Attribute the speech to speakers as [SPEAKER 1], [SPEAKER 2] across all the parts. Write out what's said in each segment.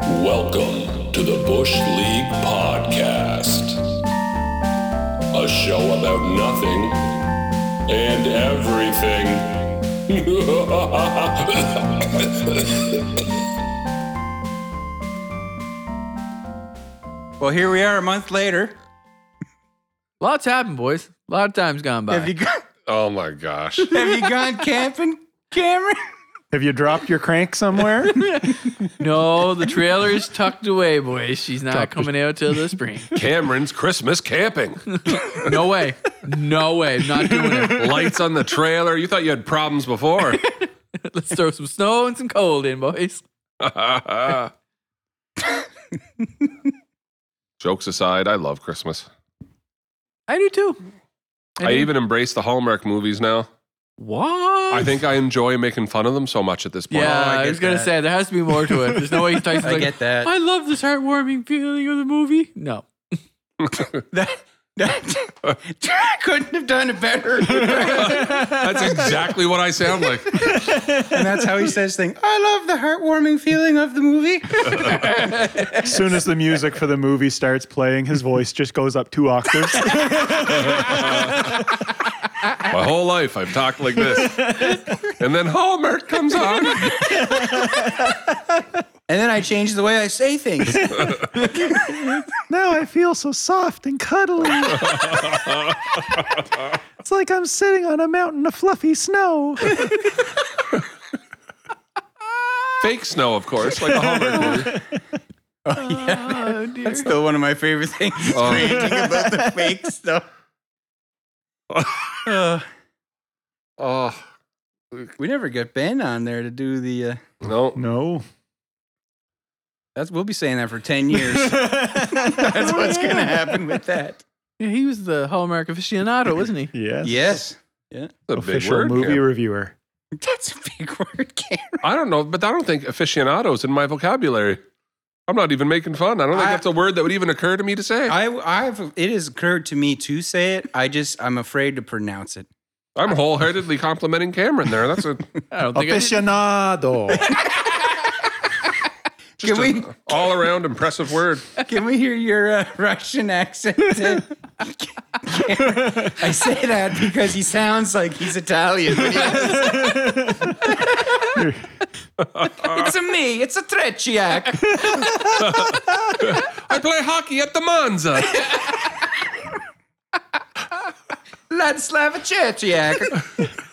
[SPEAKER 1] Welcome to the Bush League Podcast, a show about nothing and everything.
[SPEAKER 2] Well, here we are a month later.
[SPEAKER 3] Lots happened, boys. A lot of time's gone by.
[SPEAKER 2] Have you gone,
[SPEAKER 1] oh my gosh.
[SPEAKER 2] have you gone camping, Cameron?
[SPEAKER 4] Have you dropped your crank somewhere?
[SPEAKER 3] no, the trailer is tucked away, boys. She's not
[SPEAKER 4] Tucked.
[SPEAKER 3] coming out till the spring.
[SPEAKER 1] Cameron's Christmas camping.
[SPEAKER 3] No way. No way. I'm not doing it.
[SPEAKER 1] Lights on the trailer. You thought you had problems before.
[SPEAKER 3] Let's throw some snow and some cold in, boys.
[SPEAKER 1] Jokes aside, I love Christmas.
[SPEAKER 3] I do too.
[SPEAKER 1] I
[SPEAKER 3] do.
[SPEAKER 1] even embrace the Hallmark movies now.
[SPEAKER 3] What?
[SPEAKER 1] I think I enjoy making fun of them so much at this point.
[SPEAKER 3] Yeah,
[SPEAKER 2] Oh, I
[SPEAKER 3] I,
[SPEAKER 2] get
[SPEAKER 3] was gonna
[SPEAKER 2] that.
[SPEAKER 3] say there has to be more to it. There's no way Tyson's
[SPEAKER 2] I
[SPEAKER 3] like,
[SPEAKER 2] get that.
[SPEAKER 3] I love this heartwarming feeling of the movie. No,
[SPEAKER 2] That, that, I couldn't have done it better.
[SPEAKER 1] That's exactly what I sound like.
[SPEAKER 2] and that's how he says things. I love the heartwarming feeling of the movie.
[SPEAKER 4] as soon as the music for the movie starts playing, his voice just goes up two octaves.
[SPEAKER 1] My whole life I've talked like this. And then Hallmark comes on.
[SPEAKER 2] And then I changed the way I say things.
[SPEAKER 4] now I feel so soft and cuddly. it's like I'm sitting on a mountain of fluffy snow.
[SPEAKER 1] Fake snow, of course, like a Hallmark movie.
[SPEAKER 3] oh dear.
[SPEAKER 2] That's still one of my favorite things.
[SPEAKER 1] Oh.
[SPEAKER 2] Ranting about the fake stuff. Uh,
[SPEAKER 1] Oh,
[SPEAKER 2] we never get Ben on there to do the. Uh,
[SPEAKER 1] no.
[SPEAKER 4] No.
[SPEAKER 2] that's we'll be saying that for ten years. that's
[SPEAKER 4] Oh,
[SPEAKER 2] what's gonna happen with that.
[SPEAKER 3] Yeah, he was the Hallmark aficionado, wasn't he?
[SPEAKER 4] Yes.
[SPEAKER 2] Yes,
[SPEAKER 1] That's a big
[SPEAKER 4] Official
[SPEAKER 1] word.
[SPEAKER 4] movie
[SPEAKER 1] Cam.
[SPEAKER 4] reviewer.
[SPEAKER 2] that's a big word, Cameron.
[SPEAKER 1] I don't know, but I don't think aficionados in my vocabulary. I'm not even making fun. I don't think
[SPEAKER 2] I-
[SPEAKER 1] that's a word that would even occur to me to say. I,
[SPEAKER 2] I, I've it has occurred to me to say it. I just I'm afraid to pronounce it.
[SPEAKER 1] am wholeheartedly complimenting Cameron there. That's a
[SPEAKER 3] I don't think. I did.
[SPEAKER 4] Aficionado.
[SPEAKER 1] just
[SPEAKER 2] Can
[SPEAKER 1] an all around impressive word.
[SPEAKER 2] Can we hear your uh, Russian accent? I say that because he sounds like he's Italian. when he does. it's a me. It's a Tretiak.
[SPEAKER 1] I play hockey at the Monza.
[SPEAKER 2] Ladislav Tretiak.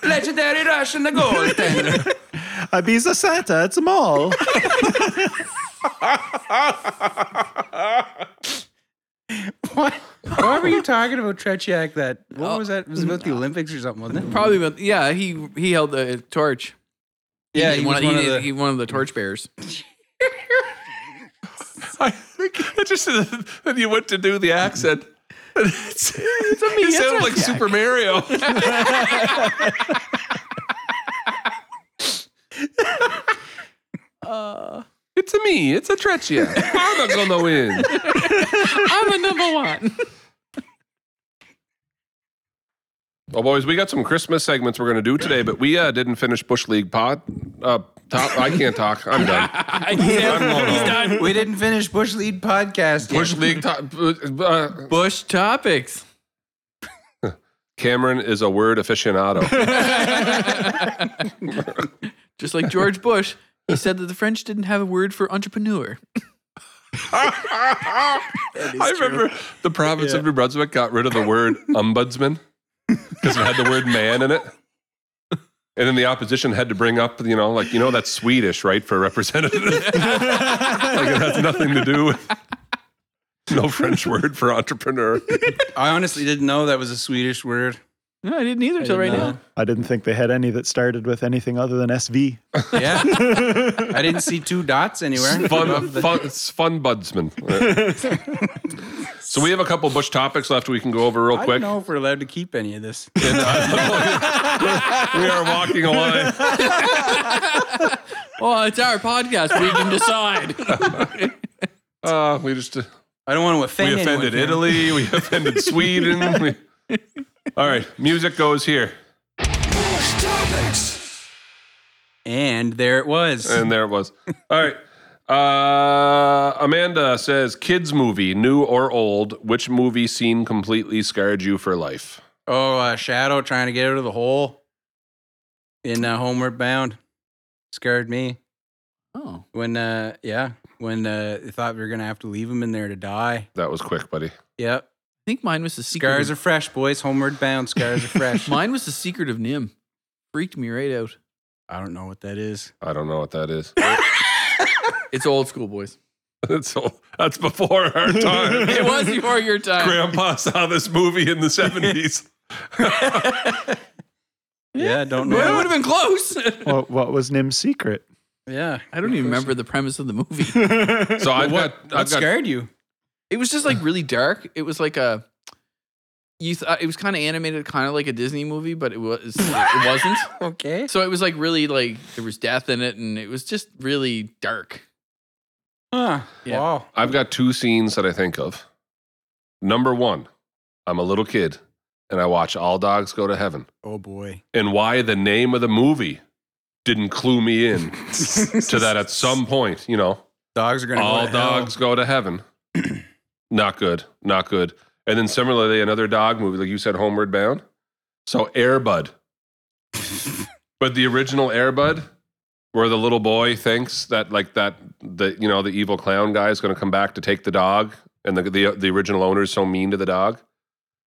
[SPEAKER 2] Legendary Russian goaltender.
[SPEAKER 4] Ibiza Santa. It's a mall.
[SPEAKER 2] What? Why were you talking about Tretiak that?
[SPEAKER 3] Oh.
[SPEAKER 2] What was that? It was about the Olympics or something, wasn't it?
[SPEAKER 3] Probably, but yeah, he he held the torch.
[SPEAKER 2] Yeah,
[SPEAKER 3] he,
[SPEAKER 2] he
[SPEAKER 3] one,
[SPEAKER 2] was
[SPEAKER 3] he
[SPEAKER 2] one of
[SPEAKER 3] did-
[SPEAKER 2] the-
[SPEAKER 3] he one of the torch bearers.
[SPEAKER 1] I, I just that you went to do the accent. It's, you sound like Super Mario. Uh. it's a me. It's a Trechia. I'm not gonna win.
[SPEAKER 3] I'm the number one.
[SPEAKER 1] Well, boys, we got some Christmas segments we're gonna do today, but we uh, didn't finish Bush League Pod. Uh, top, I can't talk. I'm done.
[SPEAKER 2] We didn't finish Bush Lead podcast. yet.
[SPEAKER 1] Bush League. Top, uh,
[SPEAKER 3] Bush topics.
[SPEAKER 1] Cameron is a word aficionado.
[SPEAKER 3] Just like George Bush, he said that the French didn't have a word for entrepreneur.
[SPEAKER 1] I remember the province of New Brunswick got rid of the word ombudsman because it had the word man in it. And then the opposition had to bring up, you know, like, you know, that's Swedish, right, for representative. like, it has nothing to do with no French word for entrepreneur.
[SPEAKER 2] I honestly didn't know that was a Swedish word.
[SPEAKER 3] No, I didn't either until right
[SPEAKER 2] know.
[SPEAKER 3] now.
[SPEAKER 4] I didn't think they had any that started with anything other than SV.
[SPEAKER 2] Yeah. I didn't see two dots anywhere.
[SPEAKER 1] Fun,
[SPEAKER 2] Above the-
[SPEAKER 1] fun, it's fun budsman. so we have a couple Bush topics left we can go over real
[SPEAKER 2] I
[SPEAKER 1] quick.
[SPEAKER 2] don't know if we're allowed to keep any of this.
[SPEAKER 1] We are walking a line.
[SPEAKER 3] Well, it's our podcast. We can decide.
[SPEAKER 1] Uh, we just. uh,
[SPEAKER 2] I don't want to offend
[SPEAKER 1] We offended
[SPEAKER 2] anyone.
[SPEAKER 1] Italy. We offended Sweden. We- All right, music goes here,
[SPEAKER 2] And there it was.
[SPEAKER 1] and there it was. All right, Uh, Amanda says, "Kids movie, new or old? Which movie scene completely scarred you for life?"
[SPEAKER 2] Oh, uh, Shadow trying to get out of the hole in uh, Homeward Bound scared me
[SPEAKER 3] Oh,
[SPEAKER 2] when, uh, yeah, when uh, they thought we were gonna have to leave him in there to die.
[SPEAKER 1] That was quick, buddy.
[SPEAKER 2] Yep,
[SPEAKER 3] I think mine was the secret.
[SPEAKER 2] scars
[SPEAKER 3] of,
[SPEAKER 2] are fresh, boys. Homeward Bound scars are fresh.
[SPEAKER 3] mine was the secret of Nim. Freaked me right out.
[SPEAKER 2] I don't know what that is.
[SPEAKER 1] I don't know what that is.
[SPEAKER 3] It's old school, boys.
[SPEAKER 1] that's all- that's before our time.
[SPEAKER 3] It was before your time.
[SPEAKER 1] Grandpa saw this movie in the seventies.
[SPEAKER 2] Yeah, I don't
[SPEAKER 3] Well, it
[SPEAKER 2] know.
[SPEAKER 3] would have been close.
[SPEAKER 4] What, what was Nim's secret?
[SPEAKER 2] Yeah,
[SPEAKER 3] I don't even remember the premise of the movie.
[SPEAKER 1] So I've got,
[SPEAKER 2] What
[SPEAKER 1] I've got
[SPEAKER 2] scared you?
[SPEAKER 3] It was just like really dark. It was like a you thought it was kind of animated, kind of like a Disney movie, but it was it wasn't.
[SPEAKER 2] Okay.
[SPEAKER 3] So it was like really like there was death in it, and it was just really dark.
[SPEAKER 2] Huh.
[SPEAKER 3] Yeah.
[SPEAKER 2] Wow.
[SPEAKER 1] I've got two scenes that I think of. Number one, I'm a little kid and I watch All Dogs Go to Heaven.
[SPEAKER 2] Oh boy.
[SPEAKER 1] And why the name of the movie didn't clue me in to that at some point, you know.
[SPEAKER 2] Dogs are gonna.
[SPEAKER 1] All
[SPEAKER 2] go to hell.
[SPEAKER 1] dogs go to heaven. not good. Not good. And then similarly, another dog movie, like you said, Homeward Bound. So Airbud. but the original Airbud, where the little boy thinks that like that the you know, the evil clown guy is gonna come back to take the dog, and the the, the original owner is so mean to the dog.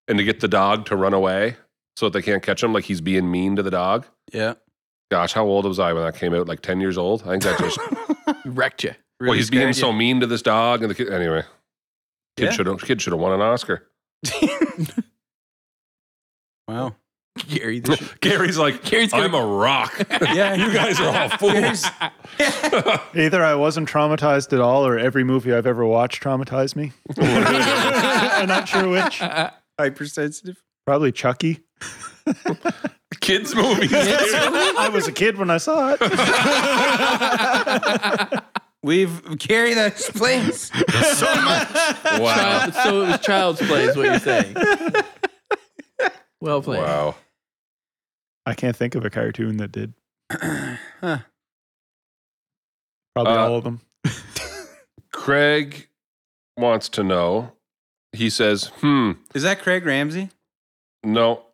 [SPEAKER 1] And to get the dog to run away so that they can't catch him, like he's being mean to the dog.
[SPEAKER 2] Yeah.
[SPEAKER 1] Gosh, how old was I when that came out? Like 10 years old? I think that just
[SPEAKER 3] Wrecked you.
[SPEAKER 1] well, he's being
[SPEAKER 2] scared
[SPEAKER 1] so mean to this dog, and the kid. Anyway, kid
[SPEAKER 2] Yeah.
[SPEAKER 1] should have kid should have won an Oscar.
[SPEAKER 2] you. Wow.
[SPEAKER 3] Gary. the shit.
[SPEAKER 1] Gary's like,
[SPEAKER 3] Gary's gonna-
[SPEAKER 1] I'm a rock.
[SPEAKER 2] Yeah,
[SPEAKER 1] you guys are all fools.
[SPEAKER 4] Either I wasn't traumatized at all, or every movie I've ever watched traumatized me. I'm not sure which.
[SPEAKER 2] Hypersensitive.
[SPEAKER 4] Probably Chucky.
[SPEAKER 1] Kids movies.
[SPEAKER 4] I was a kid when I saw it.
[SPEAKER 2] We've carried that place.
[SPEAKER 1] wow,
[SPEAKER 3] Child- so it was child's play, is what you're saying. Well played.
[SPEAKER 1] wow.
[SPEAKER 4] I can't think of a cartoon that did. Probably
[SPEAKER 1] Uh,
[SPEAKER 4] all of them.
[SPEAKER 1] Craig wants to know. He says, "Hmm,
[SPEAKER 2] Is that Craig Ramsey?
[SPEAKER 1] no."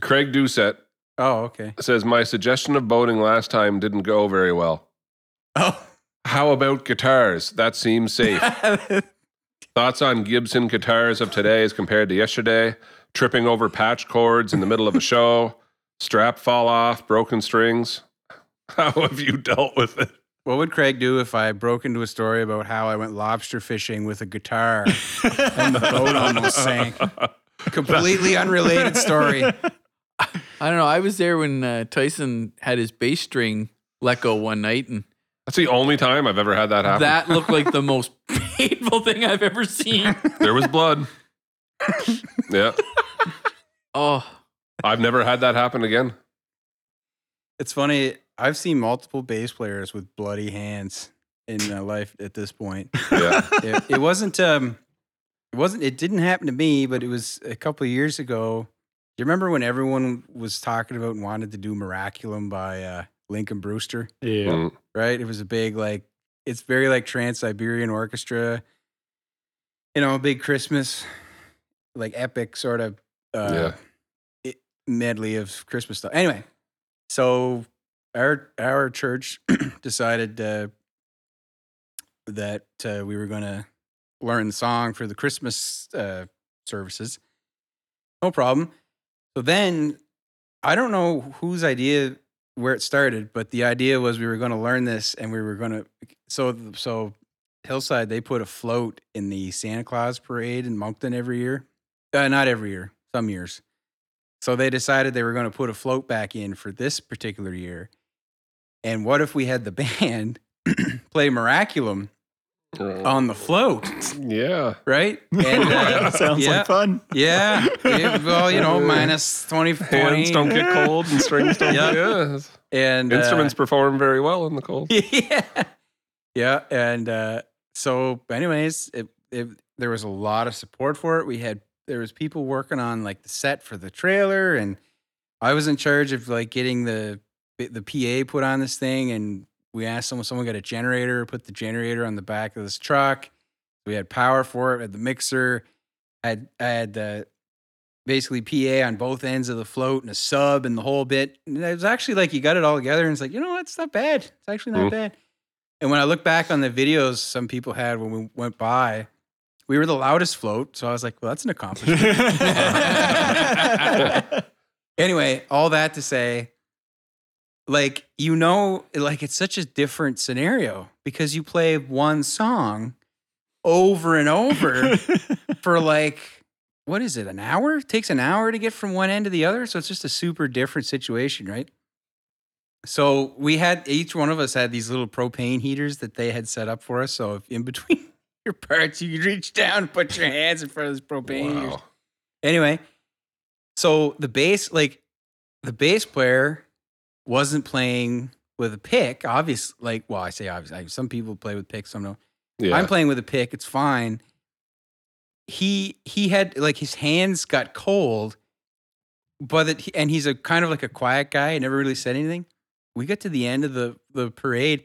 [SPEAKER 1] Craig Doucette
[SPEAKER 2] Oh, okay.
[SPEAKER 1] says, "My suggestion of boating last time didn't go very well.
[SPEAKER 2] Oh.
[SPEAKER 1] How about guitars? That seems safe." Thoughts on Gibson guitars of today as compared to yesterday? Tripping over patch cords in the middle of a show, strap fall off, broken strings. How have you dealt with it?
[SPEAKER 2] what would Craig do if I broke into a story about how I went lobster fishing with a guitar and Uh, the boat almost sank? Completely unrelated story.
[SPEAKER 3] I don't know. I was there when uh, Tyson had his bass string let go one night, and
[SPEAKER 1] That's the only time I've ever had that happen.
[SPEAKER 3] that looked like the most painful thing I've ever seen.
[SPEAKER 1] There was blood. yeah.
[SPEAKER 3] Oh,
[SPEAKER 1] I've never had that happen again.
[SPEAKER 2] It's funny. I've seen multiple bass players with bloody hands in my life at this point.
[SPEAKER 1] Yeah.
[SPEAKER 2] it, it wasn't um it wasn't it didn't happen to me but it was a couple of years ago do you remember when everyone was talking about and wanted to do miraculum by uh lincoln brewster
[SPEAKER 4] Yeah.
[SPEAKER 1] Mm.
[SPEAKER 2] right it was a big like it's very like trans-siberian orchestra you know a big christmas like epic sort of uh it, medley of christmas stuff anyway so our our church decided uh, that uh, we were going to learn the song for the Christmas uh, services. No problem. So then, I don't know whose idea where it started, but the idea was we were going to learn this, and we were going to. So so, Hillside they put a float in the Santa Claus parade in Moncton every year. Uh, not every year, some years. So they decided they were going to put a float back in for this particular year. And what if we had the band play Miraculum on the float,
[SPEAKER 1] Yeah.
[SPEAKER 2] right? And, uh,
[SPEAKER 4] Sounds
[SPEAKER 2] yeah,
[SPEAKER 4] like fun.
[SPEAKER 2] Yeah. Yeah, well, you know, minus 20. 20
[SPEAKER 1] Hands don't get cold and strings don't
[SPEAKER 2] Yeah.
[SPEAKER 1] get yes.
[SPEAKER 2] and uh,
[SPEAKER 1] Instruments perform very well in the cold.
[SPEAKER 2] yeah. Yeah. And uh, so, anyways, it, it, there was a lot of support for it. We had, there was people working on like the set for the trailer, and I was in charge of like getting the the PA put on this thing and We asked someone, someone got a generator, put the generator on the back of this truck. We had power for it, had the mixer, I had I had the basically PA on both ends of the float and a sub and the whole bit. And it was actually like you got it all together and it's like, you know what, it's not bad. It's actually not
[SPEAKER 1] Mhm.
[SPEAKER 2] bad. And when I look back on the videos some people had when we went by, we were the loudest float. So I was like, well, that's an accomplishment. anyway, all that to say, like, you know, like it's such a different scenario because you play one song over and over for like, what is it, an hour? It takes an hour to get from one end to the other. So it's just a super different situation, right? So we had each one of us had these little propane heaters that they had set up for us. So if in between your parts, you could reach down and put your hands in front of this propane heater.
[SPEAKER 1] Wow.
[SPEAKER 2] Anyway, so the bass, like the bass player wasn't playing with a pick, obvious like well, I say obviously like, some people play with picks, some don't.
[SPEAKER 1] Yeah.
[SPEAKER 2] I'm playing with a pick, it's fine. He he had like his hands got cold, but it, and he's a kind of like a quiet guy, never really said anything. We got to the end of the the parade.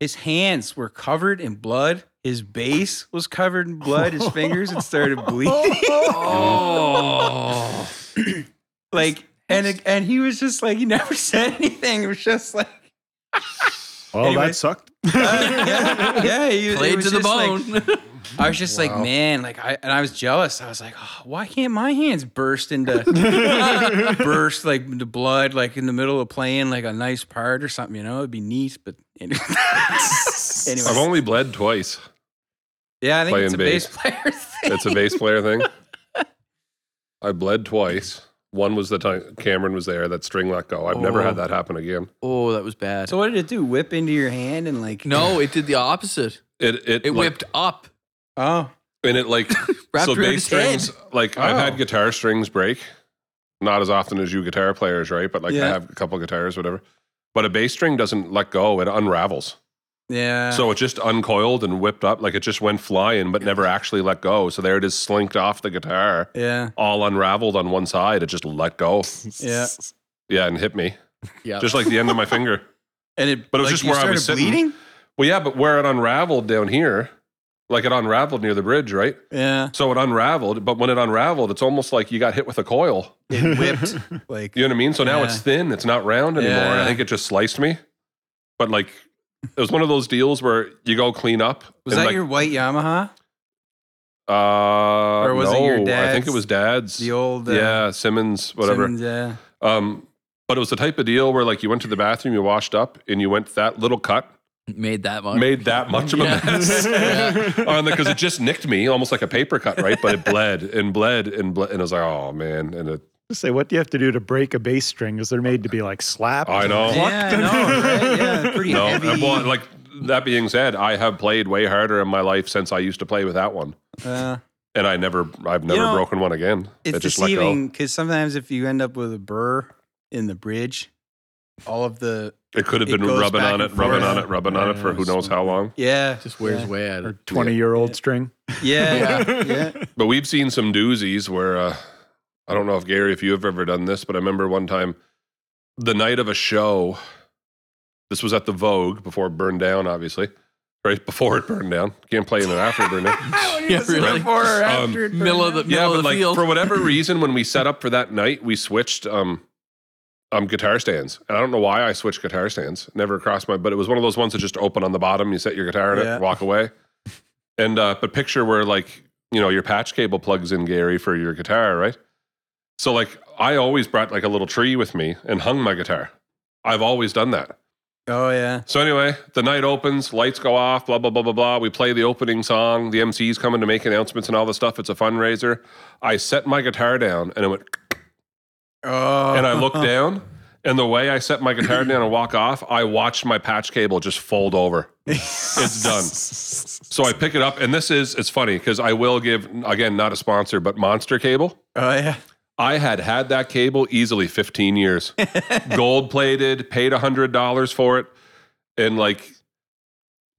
[SPEAKER 2] His hands were covered in blood. His base was covered in blood. His fingers had started bleeding.
[SPEAKER 3] Oh.
[SPEAKER 2] like and it- and he was just like he never said anything. It was just like
[SPEAKER 4] well,
[SPEAKER 2] Anyway.
[SPEAKER 4] that sucked.
[SPEAKER 2] yeah, yeah he, it
[SPEAKER 3] Played
[SPEAKER 2] was
[SPEAKER 3] to the
[SPEAKER 2] just like-
[SPEAKER 3] bone.
[SPEAKER 2] I was just like,
[SPEAKER 1] Wow.
[SPEAKER 2] man, like I and I was jealous. I was like, oh, why can't my hands burst into burst like into blood like in the middle of playing like a nice part or something? You know, it'd be neat. But anyway,
[SPEAKER 1] I've
[SPEAKER 2] anyway.
[SPEAKER 1] only bled twice.
[SPEAKER 2] yeah, I think it's a
[SPEAKER 1] playing
[SPEAKER 2] bass, player thing.
[SPEAKER 1] It's a bass player thing. I bled twice. One was the time Cameron was there. That string let go. I've never had
[SPEAKER 3] Oh.
[SPEAKER 1] that happen again.
[SPEAKER 3] oh, that was bad.
[SPEAKER 2] so what did it do? Whip into your hand and like
[SPEAKER 3] no, it did the opposite.
[SPEAKER 1] It it,
[SPEAKER 3] It
[SPEAKER 1] like-
[SPEAKER 3] whipped up.
[SPEAKER 2] Oh,
[SPEAKER 1] and it like
[SPEAKER 3] Wrapped
[SPEAKER 1] so
[SPEAKER 3] around
[SPEAKER 1] bass
[SPEAKER 3] his
[SPEAKER 1] strings.
[SPEAKER 3] head.
[SPEAKER 1] Like I've
[SPEAKER 2] Oh.
[SPEAKER 1] had guitar strings break, not as often as you guitar players, right? But like I
[SPEAKER 2] Yeah.
[SPEAKER 1] have a couple guitars, whatever. But a bass string doesn't let go; it unravels.
[SPEAKER 2] yeah.
[SPEAKER 1] So it just uncoiled and whipped up, like it just went flying, but never actually let go. So there it is, slinked off the guitar,
[SPEAKER 2] yeah,
[SPEAKER 1] all unraveled on one side. It just let go.
[SPEAKER 2] yeah,
[SPEAKER 1] Yeah, and hit me
[SPEAKER 3] Yeah.
[SPEAKER 1] just like the end of my finger.
[SPEAKER 2] and it.
[SPEAKER 1] But it was
[SPEAKER 2] like,
[SPEAKER 1] just
[SPEAKER 2] you
[SPEAKER 1] where I was
[SPEAKER 2] started
[SPEAKER 1] sitting.
[SPEAKER 2] bleeding.
[SPEAKER 1] Well, yeah, but where it unraveled down here, like it unraveled near the bridge, right?
[SPEAKER 2] Yeah,
[SPEAKER 1] So it unraveled, but when it unraveled, it's almost like you got hit with a coil.
[SPEAKER 2] it whipped like
[SPEAKER 1] You know what I mean? So now
[SPEAKER 2] Yeah.
[SPEAKER 1] it's thin. It's not round anymore. And
[SPEAKER 2] Yeah.
[SPEAKER 1] I think it just sliced me. But like, it was one of those deals where you go clean up.
[SPEAKER 2] Was
[SPEAKER 1] and
[SPEAKER 2] that
[SPEAKER 1] like,
[SPEAKER 2] your white Yamaha?
[SPEAKER 1] Uh,
[SPEAKER 2] or was it your
[SPEAKER 1] no, I think
[SPEAKER 2] dad's?
[SPEAKER 1] it was dad's.
[SPEAKER 2] The old uh,
[SPEAKER 1] yeah, Simmons, whatever.
[SPEAKER 2] Simmons, yeah.
[SPEAKER 1] Um, but it was the type of deal where like you went to the bathroom, you washed up, and you went that little cut
[SPEAKER 3] Made that much.
[SPEAKER 1] made that much of a
[SPEAKER 3] Yeah.
[SPEAKER 1] mess
[SPEAKER 3] Yeah.
[SPEAKER 1] on because it just nicked me almost like a paper cut, right? But it bled and bled and bled, and I was like, oh man, and it,
[SPEAKER 4] Say, what do you have to do to break a bass string? Because they're made to be like slapped.
[SPEAKER 1] I know.
[SPEAKER 2] Yeah, no, right? Yeah, pretty
[SPEAKER 1] No,
[SPEAKER 2] heavy.
[SPEAKER 1] and well, like that being said, I have played way harder in my life since I used to play with that one,
[SPEAKER 2] Uh,
[SPEAKER 1] and I never, I've
[SPEAKER 2] You
[SPEAKER 1] never
[SPEAKER 2] know,
[SPEAKER 1] broken one again.
[SPEAKER 2] it's
[SPEAKER 1] I just let
[SPEAKER 2] deceiving because sometimes if you end up with a burr in the bridge, all of the
[SPEAKER 1] go. It could have
[SPEAKER 2] It
[SPEAKER 1] been
[SPEAKER 2] goes
[SPEAKER 1] rubbing
[SPEAKER 2] back
[SPEAKER 1] on
[SPEAKER 2] and
[SPEAKER 1] it, rubbing
[SPEAKER 2] forth.
[SPEAKER 1] on it, rubbing on it for who knows how long.
[SPEAKER 2] yeah,
[SPEAKER 3] Just wears way out.
[SPEAKER 4] Or
[SPEAKER 3] of-
[SPEAKER 4] 20 year old string.
[SPEAKER 2] yeah, yeah, yeah.
[SPEAKER 1] But we've seen some doozies where uh, I don't know if Gary, if you've ever done this, but I remember one time the night of a show. This was at the Vogue before it burned down, obviously. Right before it burned down, can't play in it after it burned down.
[SPEAKER 3] Yeah, really.
[SPEAKER 2] Before or
[SPEAKER 1] Um,
[SPEAKER 2] after it burned
[SPEAKER 3] Middle of the
[SPEAKER 2] down?
[SPEAKER 1] yeah,
[SPEAKER 3] middle
[SPEAKER 1] but
[SPEAKER 3] of the
[SPEAKER 1] like
[SPEAKER 3] field.
[SPEAKER 1] for whatever reason, when we set up for that night, we switched um, um, guitar stands, and I don't know why I switched guitar stands. Never crossed my, but it was one of those ones that just open on the bottom. You set your guitar in
[SPEAKER 2] Yeah.
[SPEAKER 1] it, walk away, and uh, but picture where like you know your patch cable plugs in, Gary, for your guitar, right? So like I always brought like a little tree with me and hung my guitar. I've always done that.
[SPEAKER 2] Oh yeah,
[SPEAKER 1] So anyway, the night opens, lights go off, blah blah blah blah blah. We play the opening song. The MC's coming to make announcements and all this stuff. It's a fundraiser. I set my guitar down and it went,
[SPEAKER 2] oh,
[SPEAKER 1] and I looked down, and the way I set my guitar down and walk off, I watched my patch cable just fold over. it's done. So I pick it up, and this is it's funny because I will give again not a sponsor, but Monster Cable.
[SPEAKER 2] Oh yeah,
[SPEAKER 1] I had had that cable easily 15 years, gold plated, paid $100 for it. And like,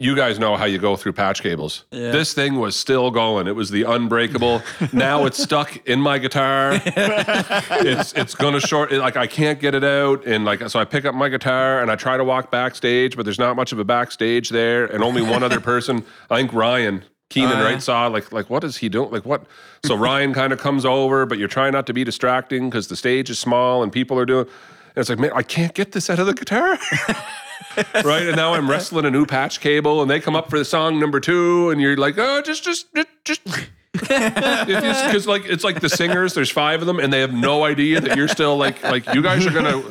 [SPEAKER 1] you guys know how you go through patch cables.
[SPEAKER 2] Yeah.
[SPEAKER 1] This thing was still going. It was the unbreakable. now it's stuck in my guitar. it's it's gonna short. It, like I can't get it out, and like so I pick up my guitar and I try to walk backstage, but there's not much of a backstage there, and only one other person. I think Ryan Keenan
[SPEAKER 3] Uh-huh.
[SPEAKER 1] right saw like like what is he doing? Like what? So Ryan kind of comes over, but you're trying not to be distracting because the stage is small and people are doing. And it's like, man, I can't get this out of the guitar. right? And now I'm wrestling a new patch cable, and they come up for the song number two, and you're like, oh, just, just, just. Because like it's like the singers, there's five of them, and they have no idea that you're still like like you guys are gonna,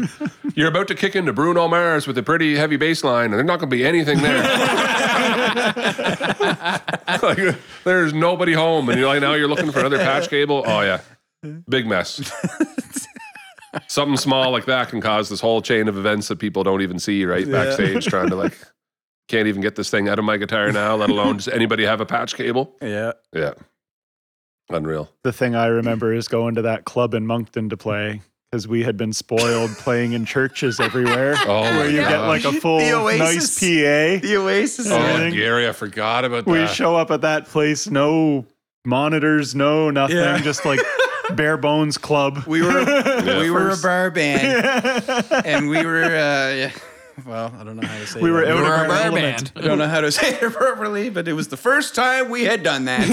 [SPEAKER 1] you're about to kick into Bruno Mars with a pretty heavy bass line, and there's not gonna be anything there. like, there's nobody home, and you're like now you're looking for another patch cable. Oh yeah, big mess. Something small like that can cause this whole chain of events that people don't even see right backstage, trying to like can't even get this thing out of my guitar now. Let alone does anybody have a patch cable?
[SPEAKER 2] Yeah.
[SPEAKER 1] Yeah, unreal.
[SPEAKER 4] The thing I remember is going to that club in Moncton to play because we had been spoiled playing in churches everywhere.
[SPEAKER 1] Oh my
[SPEAKER 4] where you get
[SPEAKER 1] gosh.
[SPEAKER 4] like a full
[SPEAKER 5] The
[SPEAKER 4] nice
[SPEAKER 5] Oasis.
[SPEAKER 4] PA.
[SPEAKER 5] The Oasis.
[SPEAKER 1] Oh,
[SPEAKER 4] Yeah.
[SPEAKER 1] Gary, I forgot about that.
[SPEAKER 4] We show up at that place, no monitors, no nothing,
[SPEAKER 2] Yeah.
[SPEAKER 4] just like bare bones club.
[SPEAKER 2] We were
[SPEAKER 1] Yeah.
[SPEAKER 2] we were a
[SPEAKER 4] First-
[SPEAKER 2] bar band and we were uh, yeah, well, I don't know how to say
[SPEAKER 4] we were
[SPEAKER 2] that.
[SPEAKER 4] out of
[SPEAKER 3] We're
[SPEAKER 4] our
[SPEAKER 3] a bar band.
[SPEAKER 4] element.
[SPEAKER 2] I don't know how to say it appropriately, but it was the first time we had done that.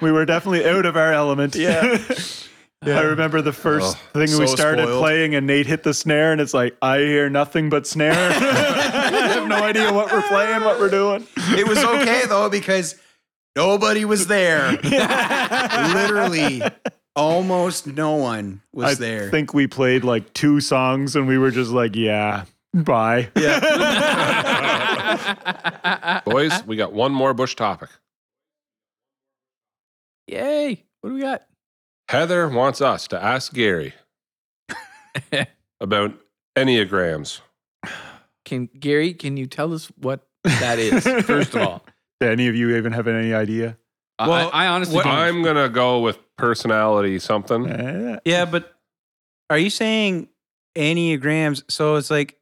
[SPEAKER 4] we were definitely out of our element.
[SPEAKER 2] Yeah.
[SPEAKER 4] I remember the first
[SPEAKER 1] Oh,
[SPEAKER 4] thing we
[SPEAKER 2] so
[SPEAKER 4] started
[SPEAKER 2] spoiled.
[SPEAKER 4] playing, and Nate hit the snare, and it's like, I hear nothing but snare. I have no idea what we're playing, what we're doing.
[SPEAKER 5] It was okay though because nobody was there.
[SPEAKER 2] Literally, almost no one was
[SPEAKER 4] I
[SPEAKER 2] there.
[SPEAKER 4] think we played like two songs, and we were just like, yeah, bye.
[SPEAKER 1] Boys, we got one more Bush topic.
[SPEAKER 3] Yay. What do we got?
[SPEAKER 1] Heather wants us to ask Gary about Enneagrams.
[SPEAKER 3] Can Gary, can you tell us what that is, first of all?
[SPEAKER 4] Do any of you even have any idea?
[SPEAKER 3] I-
[SPEAKER 1] Well,
[SPEAKER 3] I, I honestly don't.
[SPEAKER 1] I'm going to go with personality something.
[SPEAKER 4] Eh,
[SPEAKER 2] Yeah, but are you saying enneagrams? So it's like,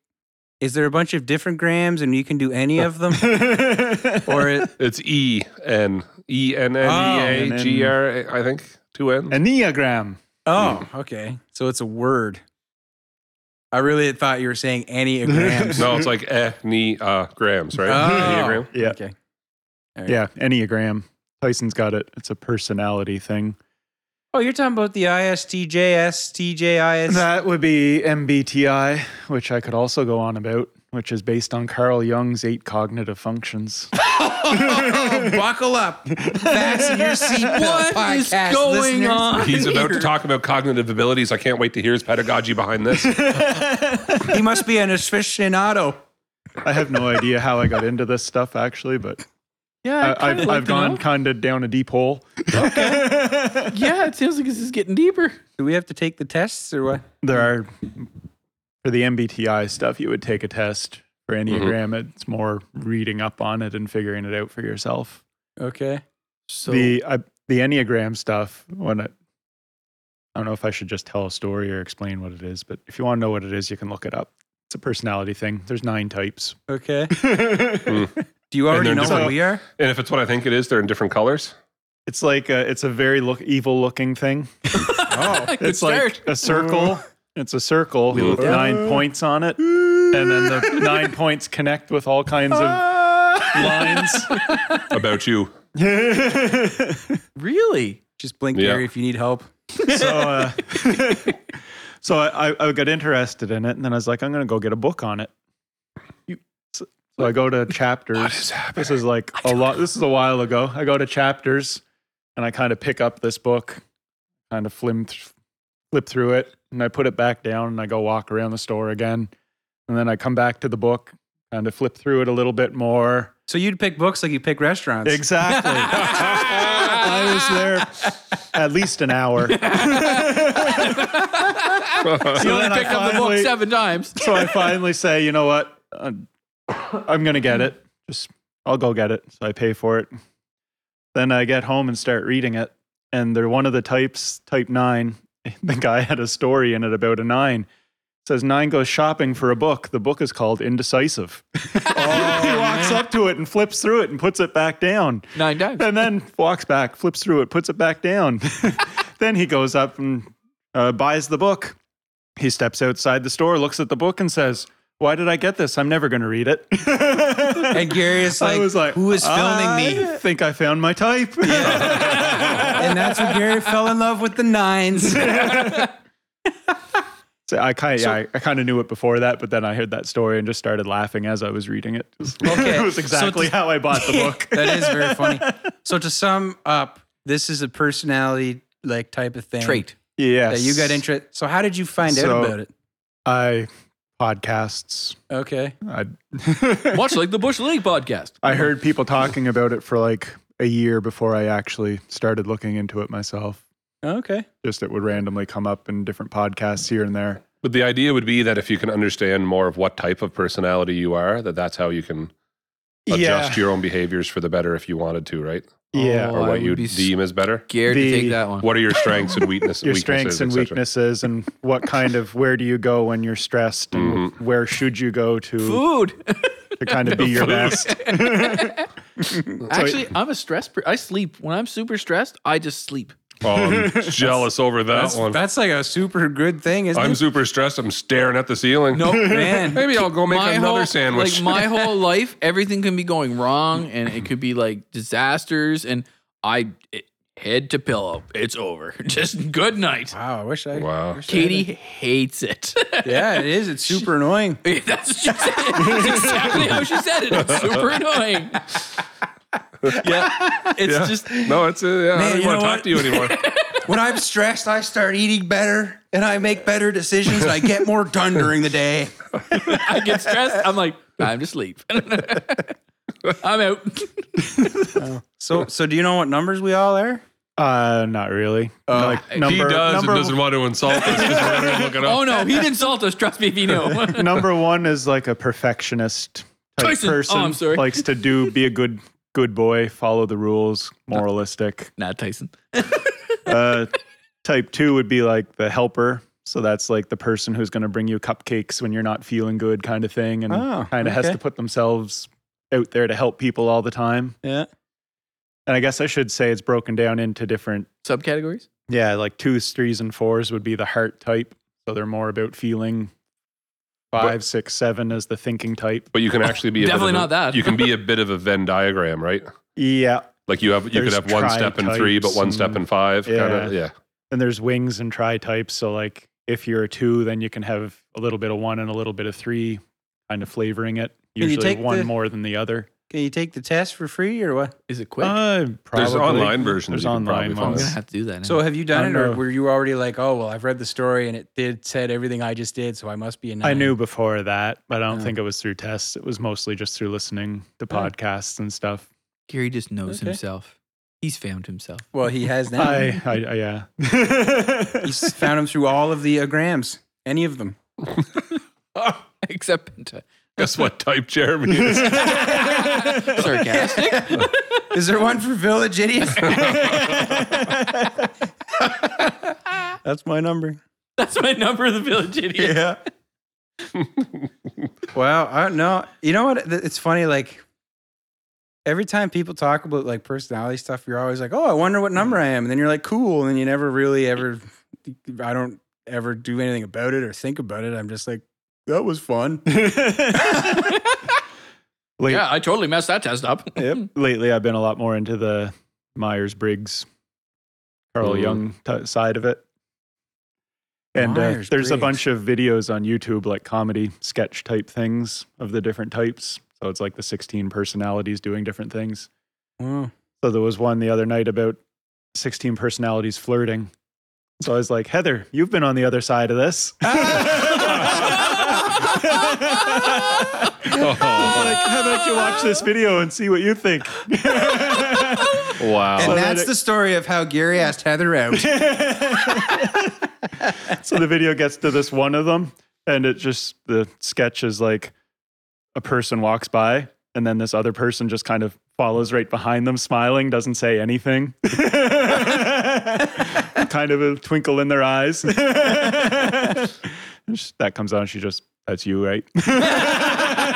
[SPEAKER 2] is there a bunch of different grams and you can do any of them? or
[SPEAKER 4] Eh.
[SPEAKER 2] it,
[SPEAKER 1] It's E N E N N E A G R, A, I think. Two N.
[SPEAKER 4] Enneagram.
[SPEAKER 2] oh,
[SPEAKER 5] Hmm.
[SPEAKER 2] okay. So it's a word. I really thought you were saying enneagrams.
[SPEAKER 1] No, it's like eh, knee, uh, grams, right?
[SPEAKER 2] E Oh,
[SPEAKER 1] Enneagram.
[SPEAKER 4] Yeah.
[SPEAKER 2] okay.
[SPEAKER 4] Yeah, Enneagram. Tyson's got it. It's a personality thing.
[SPEAKER 2] Oh, you're talking about the ISTJS, TJIS.
[SPEAKER 4] That would be MBTI, which I could also go on about, which is based on Carl Jung's eight cognitive functions.
[SPEAKER 2] Buckle up. That's your seatbelt
[SPEAKER 3] What is
[SPEAKER 2] podcast
[SPEAKER 3] going
[SPEAKER 2] listeners.
[SPEAKER 3] on?
[SPEAKER 1] He's about to talk about cognitive abilities. I can't wait to hear his pedagogy behind this.
[SPEAKER 2] He must be an aficionado.
[SPEAKER 4] I have no idea how I got into this stuff, actually, but
[SPEAKER 3] Yeah,
[SPEAKER 4] I,
[SPEAKER 3] kinda
[SPEAKER 4] I've,
[SPEAKER 3] like
[SPEAKER 4] I've
[SPEAKER 3] to
[SPEAKER 4] gone
[SPEAKER 3] know.
[SPEAKER 4] kind of down a deep hole.
[SPEAKER 3] Yeah, it sounds like this is getting deeper.
[SPEAKER 2] Do we have to take the tests or what?
[SPEAKER 4] There are, for the MBTI stuff, you would take a test. For Enneagram, it's more reading up on it and figuring it out for yourself.
[SPEAKER 2] Okay.
[SPEAKER 3] So
[SPEAKER 4] the I, the enneagram stuff when it, i don't know if i should just tell a story or explain what it is but if you want to know what it is you can look it up it's a personality thing there's nine types
[SPEAKER 2] Okay. Do you already
[SPEAKER 1] they're
[SPEAKER 2] know what
[SPEAKER 1] different.
[SPEAKER 2] we are?
[SPEAKER 1] And if it's what I think it is, they're in different colors.
[SPEAKER 4] it's like a, it's a very look evil looking thing
[SPEAKER 2] Oh.
[SPEAKER 3] Good
[SPEAKER 4] it's like
[SPEAKER 3] start.
[SPEAKER 4] a circle it's a circle with nine points on it and then the nine points connect with all kinds of lines
[SPEAKER 1] About you.
[SPEAKER 3] really?
[SPEAKER 2] Just blink,
[SPEAKER 1] Yeah.
[SPEAKER 2] Gary, if you need help.
[SPEAKER 4] so uh, so I, I- I got interested in it and then I was like, I'm gonna go get a book on it. You- So, so I go to chapters. This is like a lot this is a while ago. I go to chapters and I kind of pick up this book, kind of flim th- flip through it, and I put it back down and I go walk around the store again. And then I come back to the book, kind of flip through it a little bit more.
[SPEAKER 2] So you'd pick books like you pick restaurants.
[SPEAKER 4] Exactly. I was there at least an hour.
[SPEAKER 3] You
[SPEAKER 4] then
[SPEAKER 3] only
[SPEAKER 4] I
[SPEAKER 3] pick up the book
[SPEAKER 4] finally-
[SPEAKER 3] seven times.
[SPEAKER 4] so I finally say, you know what? I'm, I'm gonna get it. Just I'll go get it. So I pay for it. Then I get home and start reading it, and they're one of the types, type nine. The guy had a story in it about a nine. says nine goes shopping for a book. The book is called Indecisive.
[SPEAKER 3] Oh,
[SPEAKER 4] he walks up to it and flips through it and puts it back down.
[SPEAKER 3] Nine times.
[SPEAKER 4] And then walks back, flips through it, puts it back down. then he goes up and uh, buys the book. He steps outside the store, looks at the book, and says, Why did I get this? I'm never going to read it.
[SPEAKER 2] And Gary is like,
[SPEAKER 4] I was like, "Ah,
[SPEAKER 2] who is filming me?
[SPEAKER 4] I think I found my type.
[SPEAKER 2] And that's when Gary fell in love with the nines.
[SPEAKER 4] So I kind of yeah, I, I kind of knew it before that, but then I heard that story and just started laughing as I was reading it. Just-
[SPEAKER 2] Okay,
[SPEAKER 4] it was
[SPEAKER 2] so
[SPEAKER 4] exactly
[SPEAKER 2] to-
[SPEAKER 4] how I bought the book.
[SPEAKER 2] that is very funny. So to sum up, this is a personality like type of thing
[SPEAKER 3] Trait.
[SPEAKER 4] yes,
[SPEAKER 2] that you got interest. So how did you find
[SPEAKER 4] So-
[SPEAKER 2] out about it?
[SPEAKER 4] I podcasts.
[SPEAKER 2] Okay,
[SPEAKER 4] I
[SPEAKER 3] Much like the Bush League podcast.
[SPEAKER 4] I heard people talking about it for like a year before I actually started looking into it myself.
[SPEAKER 2] okay.
[SPEAKER 4] Just it would randomly come up in different podcasts here and there.
[SPEAKER 1] But the idea would be that if you can understand more of what type of personality you are, that that's how you can adjust your own behaviors for the better if you wanted to, right?
[SPEAKER 4] yeah.
[SPEAKER 3] Oh,
[SPEAKER 1] Or
[SPEAKER 3] I
[SPEAKER 1] what
[SPEAKER 3] would
[SPEAKER 1] you
[SPEAKER 3] be
[SPEAKER 1] deem as better.
[SPEAKER 3] Scared
[SPEAKER 4] The-
[SPEAKER 3] to take that one.
[SPEAKER 1] What are your strengths and weakness,
[SPEAKER 4] your
[SPEAKER 1] weaknesses?
[SPEAKER 4] strengths and
[SPEAKER 1] et cetera?
[SPEAKER 4] weaknesses, and what kind of where do you go when you're stressed, and
[SPEAKER 1] Mm-hmm.
[SPEAKER 4] where should you go to
[SPEAKER 3] Food.
[SPEAKER 4] to kind of be your
[SPEAKER 1] Food.
[SPEAKER 4] best?
[SPEAKER 3] Actually, I'm a stress. Per- I sleep when I'm super stressed. I just sleep.
[SPEAKER 1] Oh, I'm jealous over that
[SPEAKER 2] That's,
[SPEAKER 1] one.
[SPEAKER 2] that's like a super good thing, isn't
[SPEAKER 1] I'm
[SPEAKER 2] it?
[SPEAKER 1] super stressed. I'm staring at the ceiling.
[SPEAKER 3] No
[SPEAKER 2] Man,
[SPEAKER 1] Maybe I'll go make another
[SPEAKER 3] whole,
[SPEAKER 1] sandwich.
[SPEAKER 3] Like my whole life, everything can be going wrong, and it could be like disasters. And I it, head to pillow. It's over. Just good night.
[SPEAKER 2] wow. I wish I.
[SPEAKER 1] Wow.
[SPEAKER 2] wish I had
[SPEAKER 3] Katie hates it.
[SPEAKER 2] it. Yeah, it is. It's super annoying.
[SPEAKER 3] That's what she said. That's exactly how she said it. It's super annoying. yeah, it's
[SPEAKER 1] Yeah.
[SPEAKER 3] just
[SPEAKER 1] no, it's uh, yeah, I
[SPEAKER 2] Man,
[SPEAKER 1] don't
[SPEAKER 2] you know
[SPEAKER 1] want to talk
[SPEAKER 2] what?
[SPEAKER 1] to you anymore.
[SPEAKER 2] When I'm stressed, I start eating better and I make better decisions. And I get more done during the day.
[SPEAKER 3] I get stressed. I'm like time to sleep. I'm out.
[SPEAKER 2] So, so do you know what numbers we all are?
[SPEAKER 4] Uh, not really. like number,
[SPEAKER 1] Uh, he does
[SPEAKER 4] number,
[SPEAKER 1] and doesn't want to insult us because we're going to look it up.
[SPEAKER 3] Oh no, he'd insult us. Trust me if he knew.
[SPEAKER 4] number one is like a perfectionist type
[SPEAKER 3] Tyson. Oh,
[SPEAKER 4] person.
[SPEAKER 3] I'm sorry.
[SPEAKER 4] Likes to do, be a good good boy, follow the rules, moralistic.
[SPEAKER 3] Not Tyson.
[SPEAKER 4] Uh, type two would be like the helper. So that's like the person who's going to bring you cupcakes when you're not feeling good, kind of thing, and
[SPEAKER 2] Oh,
[SPEAKER 4] kind of has
[SPEAKER 2] okay.
[SPEAKER 4] to put themselves out there to help people all the time.
[SPEAKER 2] Yeah.
[SPEAKER 4] And I guess I should say it's broken down into different.
[SPEAKER 3] Subcategories.
[SPEAKER 4] Yeah, like twos, threes, and fours would be the heart type. So they're more about feeling. Five, six, seven is the thinking type.
[SPEAKER 1] But you can actually be a bit
[SPEAKER 3] Definitely
[SPEAKER 1] of a-
[SPEAKER 3] not that.
[SPEAKER 1] You can be a bit of a Venn diagram, right?
[SPEAKER 4] Yeah,
[SPEAKER 1] Like you have you
[SPEAKER 4] There's
[SPEAKER 1] could have one step in three, but
[SPEAKER 4] tri-types
[SPEAKER 1] one step
[SPEAKER 4] and-
[SPEAKER 1] in five. Yeah. Kind of,
[SPEAKER 4] Yeah.
[SPEAKER 1] yeah.
[SPEAKER 4] And there's wings and tri types. So like if you're a two, then you can have a little bit of one and a little bit of three, kind of flavoring it.
[SPEAKER 2] you
[SPEAKER 4] Usually
[SPEAKER 2] take
[SPEAKER 4] one
[SPEAKER 2] the-
[SPEAKER 4] more than the other.
[SPEAKER 2] Can you take the test for free or what?
[SPEAKER 3] Is it quick?
[SPEAKER 4] Uh,
[SPEAKER 1] There's
[SPEAKER 4] probably.
[SPEAKER 1] online versions.
[SPEAKER 4] There's
[SPEAKER 1] you can
[SPEAKER 4] online
[SPEAKER 3] I'm
[SPEAKER 1] probably find.
[SPEAKER 3] gonna
[SPEAKER 4] ones.
[SPEAKER 3] have to do that.
[SPEAKER 2] So
[SPEAKER 3] now.
[SPEAKER 2] have you done
[SPEAKER 4] I
[SPEAKER 2] it,
[SPEAKER 4] don't
[SPEAKER 2] or
[SPEAKER 4] know.
[SPEAKER 2] were you already like, oh well, I've read the story and it did said everything I just did, so I must be a nine.
[SPEAKER 4] I knew before that, but I don't
[SPEAKER 2] Uh.
[SPEAKER 3] Oh.
[SPEAKER 4] think it was through tests. It was mostly just through listening to podcasts and stuff.
[SPEAKER 3] Gary just knows
[SPEAKER 2] Okay.
[SPEAKER 3] himself. He's found himself.
[SPEAKER 2] Well, he has now.
[SPEAKER 4] I, I, I yeah.
[SPEAKER 2] He's found him through all of the agrams, any of them.
[SPEAKER 3] Except Penta.
[SPEAKER 1] Guess what type Jeremy is?
[SPEAKER 3] Sarcastic.
[SPEAKER 2] Is there one for village idiot? That's my number.
[SPEAKER 3] That's my number of the village idiot.
[SPEAKER 2] Yeah. well, I don't know. You know what? Th- It's funny. Like every time people talk about like personality stuff, you're always like, "Oh, I wonder what number I am," and then you're like, "Cool," and then you never really ever. I don't ever do anything about it or think about it. I'm just like, that was fun.
[SPEAKER 4] Late,
[SPEAKER 3] Yeah, I totally messed that test up.
[SPEAKER 4] Yep. Lately, I've been a lot more into the Myers Briggs, Carl
[SPEAKER 1] Ooh.
[SPEAKER 4] Jung t- side of it. And uh,
[SPEAKER 2] Myers-Briggs.
[SPEAKER 4] there's a bunch of videos on YouTube, like comedy sketch type things of the different types. So it's like the 16 personalities doing different things.
[SPEAKER 2] Wow.
[SPEAKER 4] So there was one the other night about 16 personalities flirting. So I was like, Heather, you've been on the other side of this.
[SPEAKER 1] Oh,
[SPEAKER 4] How about you watch this video and see what you think?
[SPEAKER 1] wow.
[SPEAKER 2] And
[SPEAKER 4] Oh,
[SPEAKER 2] that's
[SPEAKER 4] that-
[SPEAKER 2] the story of how Gary asked Heather out.
[SPEAKER 4] so the video gets to this one of them, and it just the sketch is like a person walks by, and then this other person just kind of follows right behind them, smiling, doesn't say anything, kind of a twinkle in their eyes. and And she- that comes out and she just, that's you, right?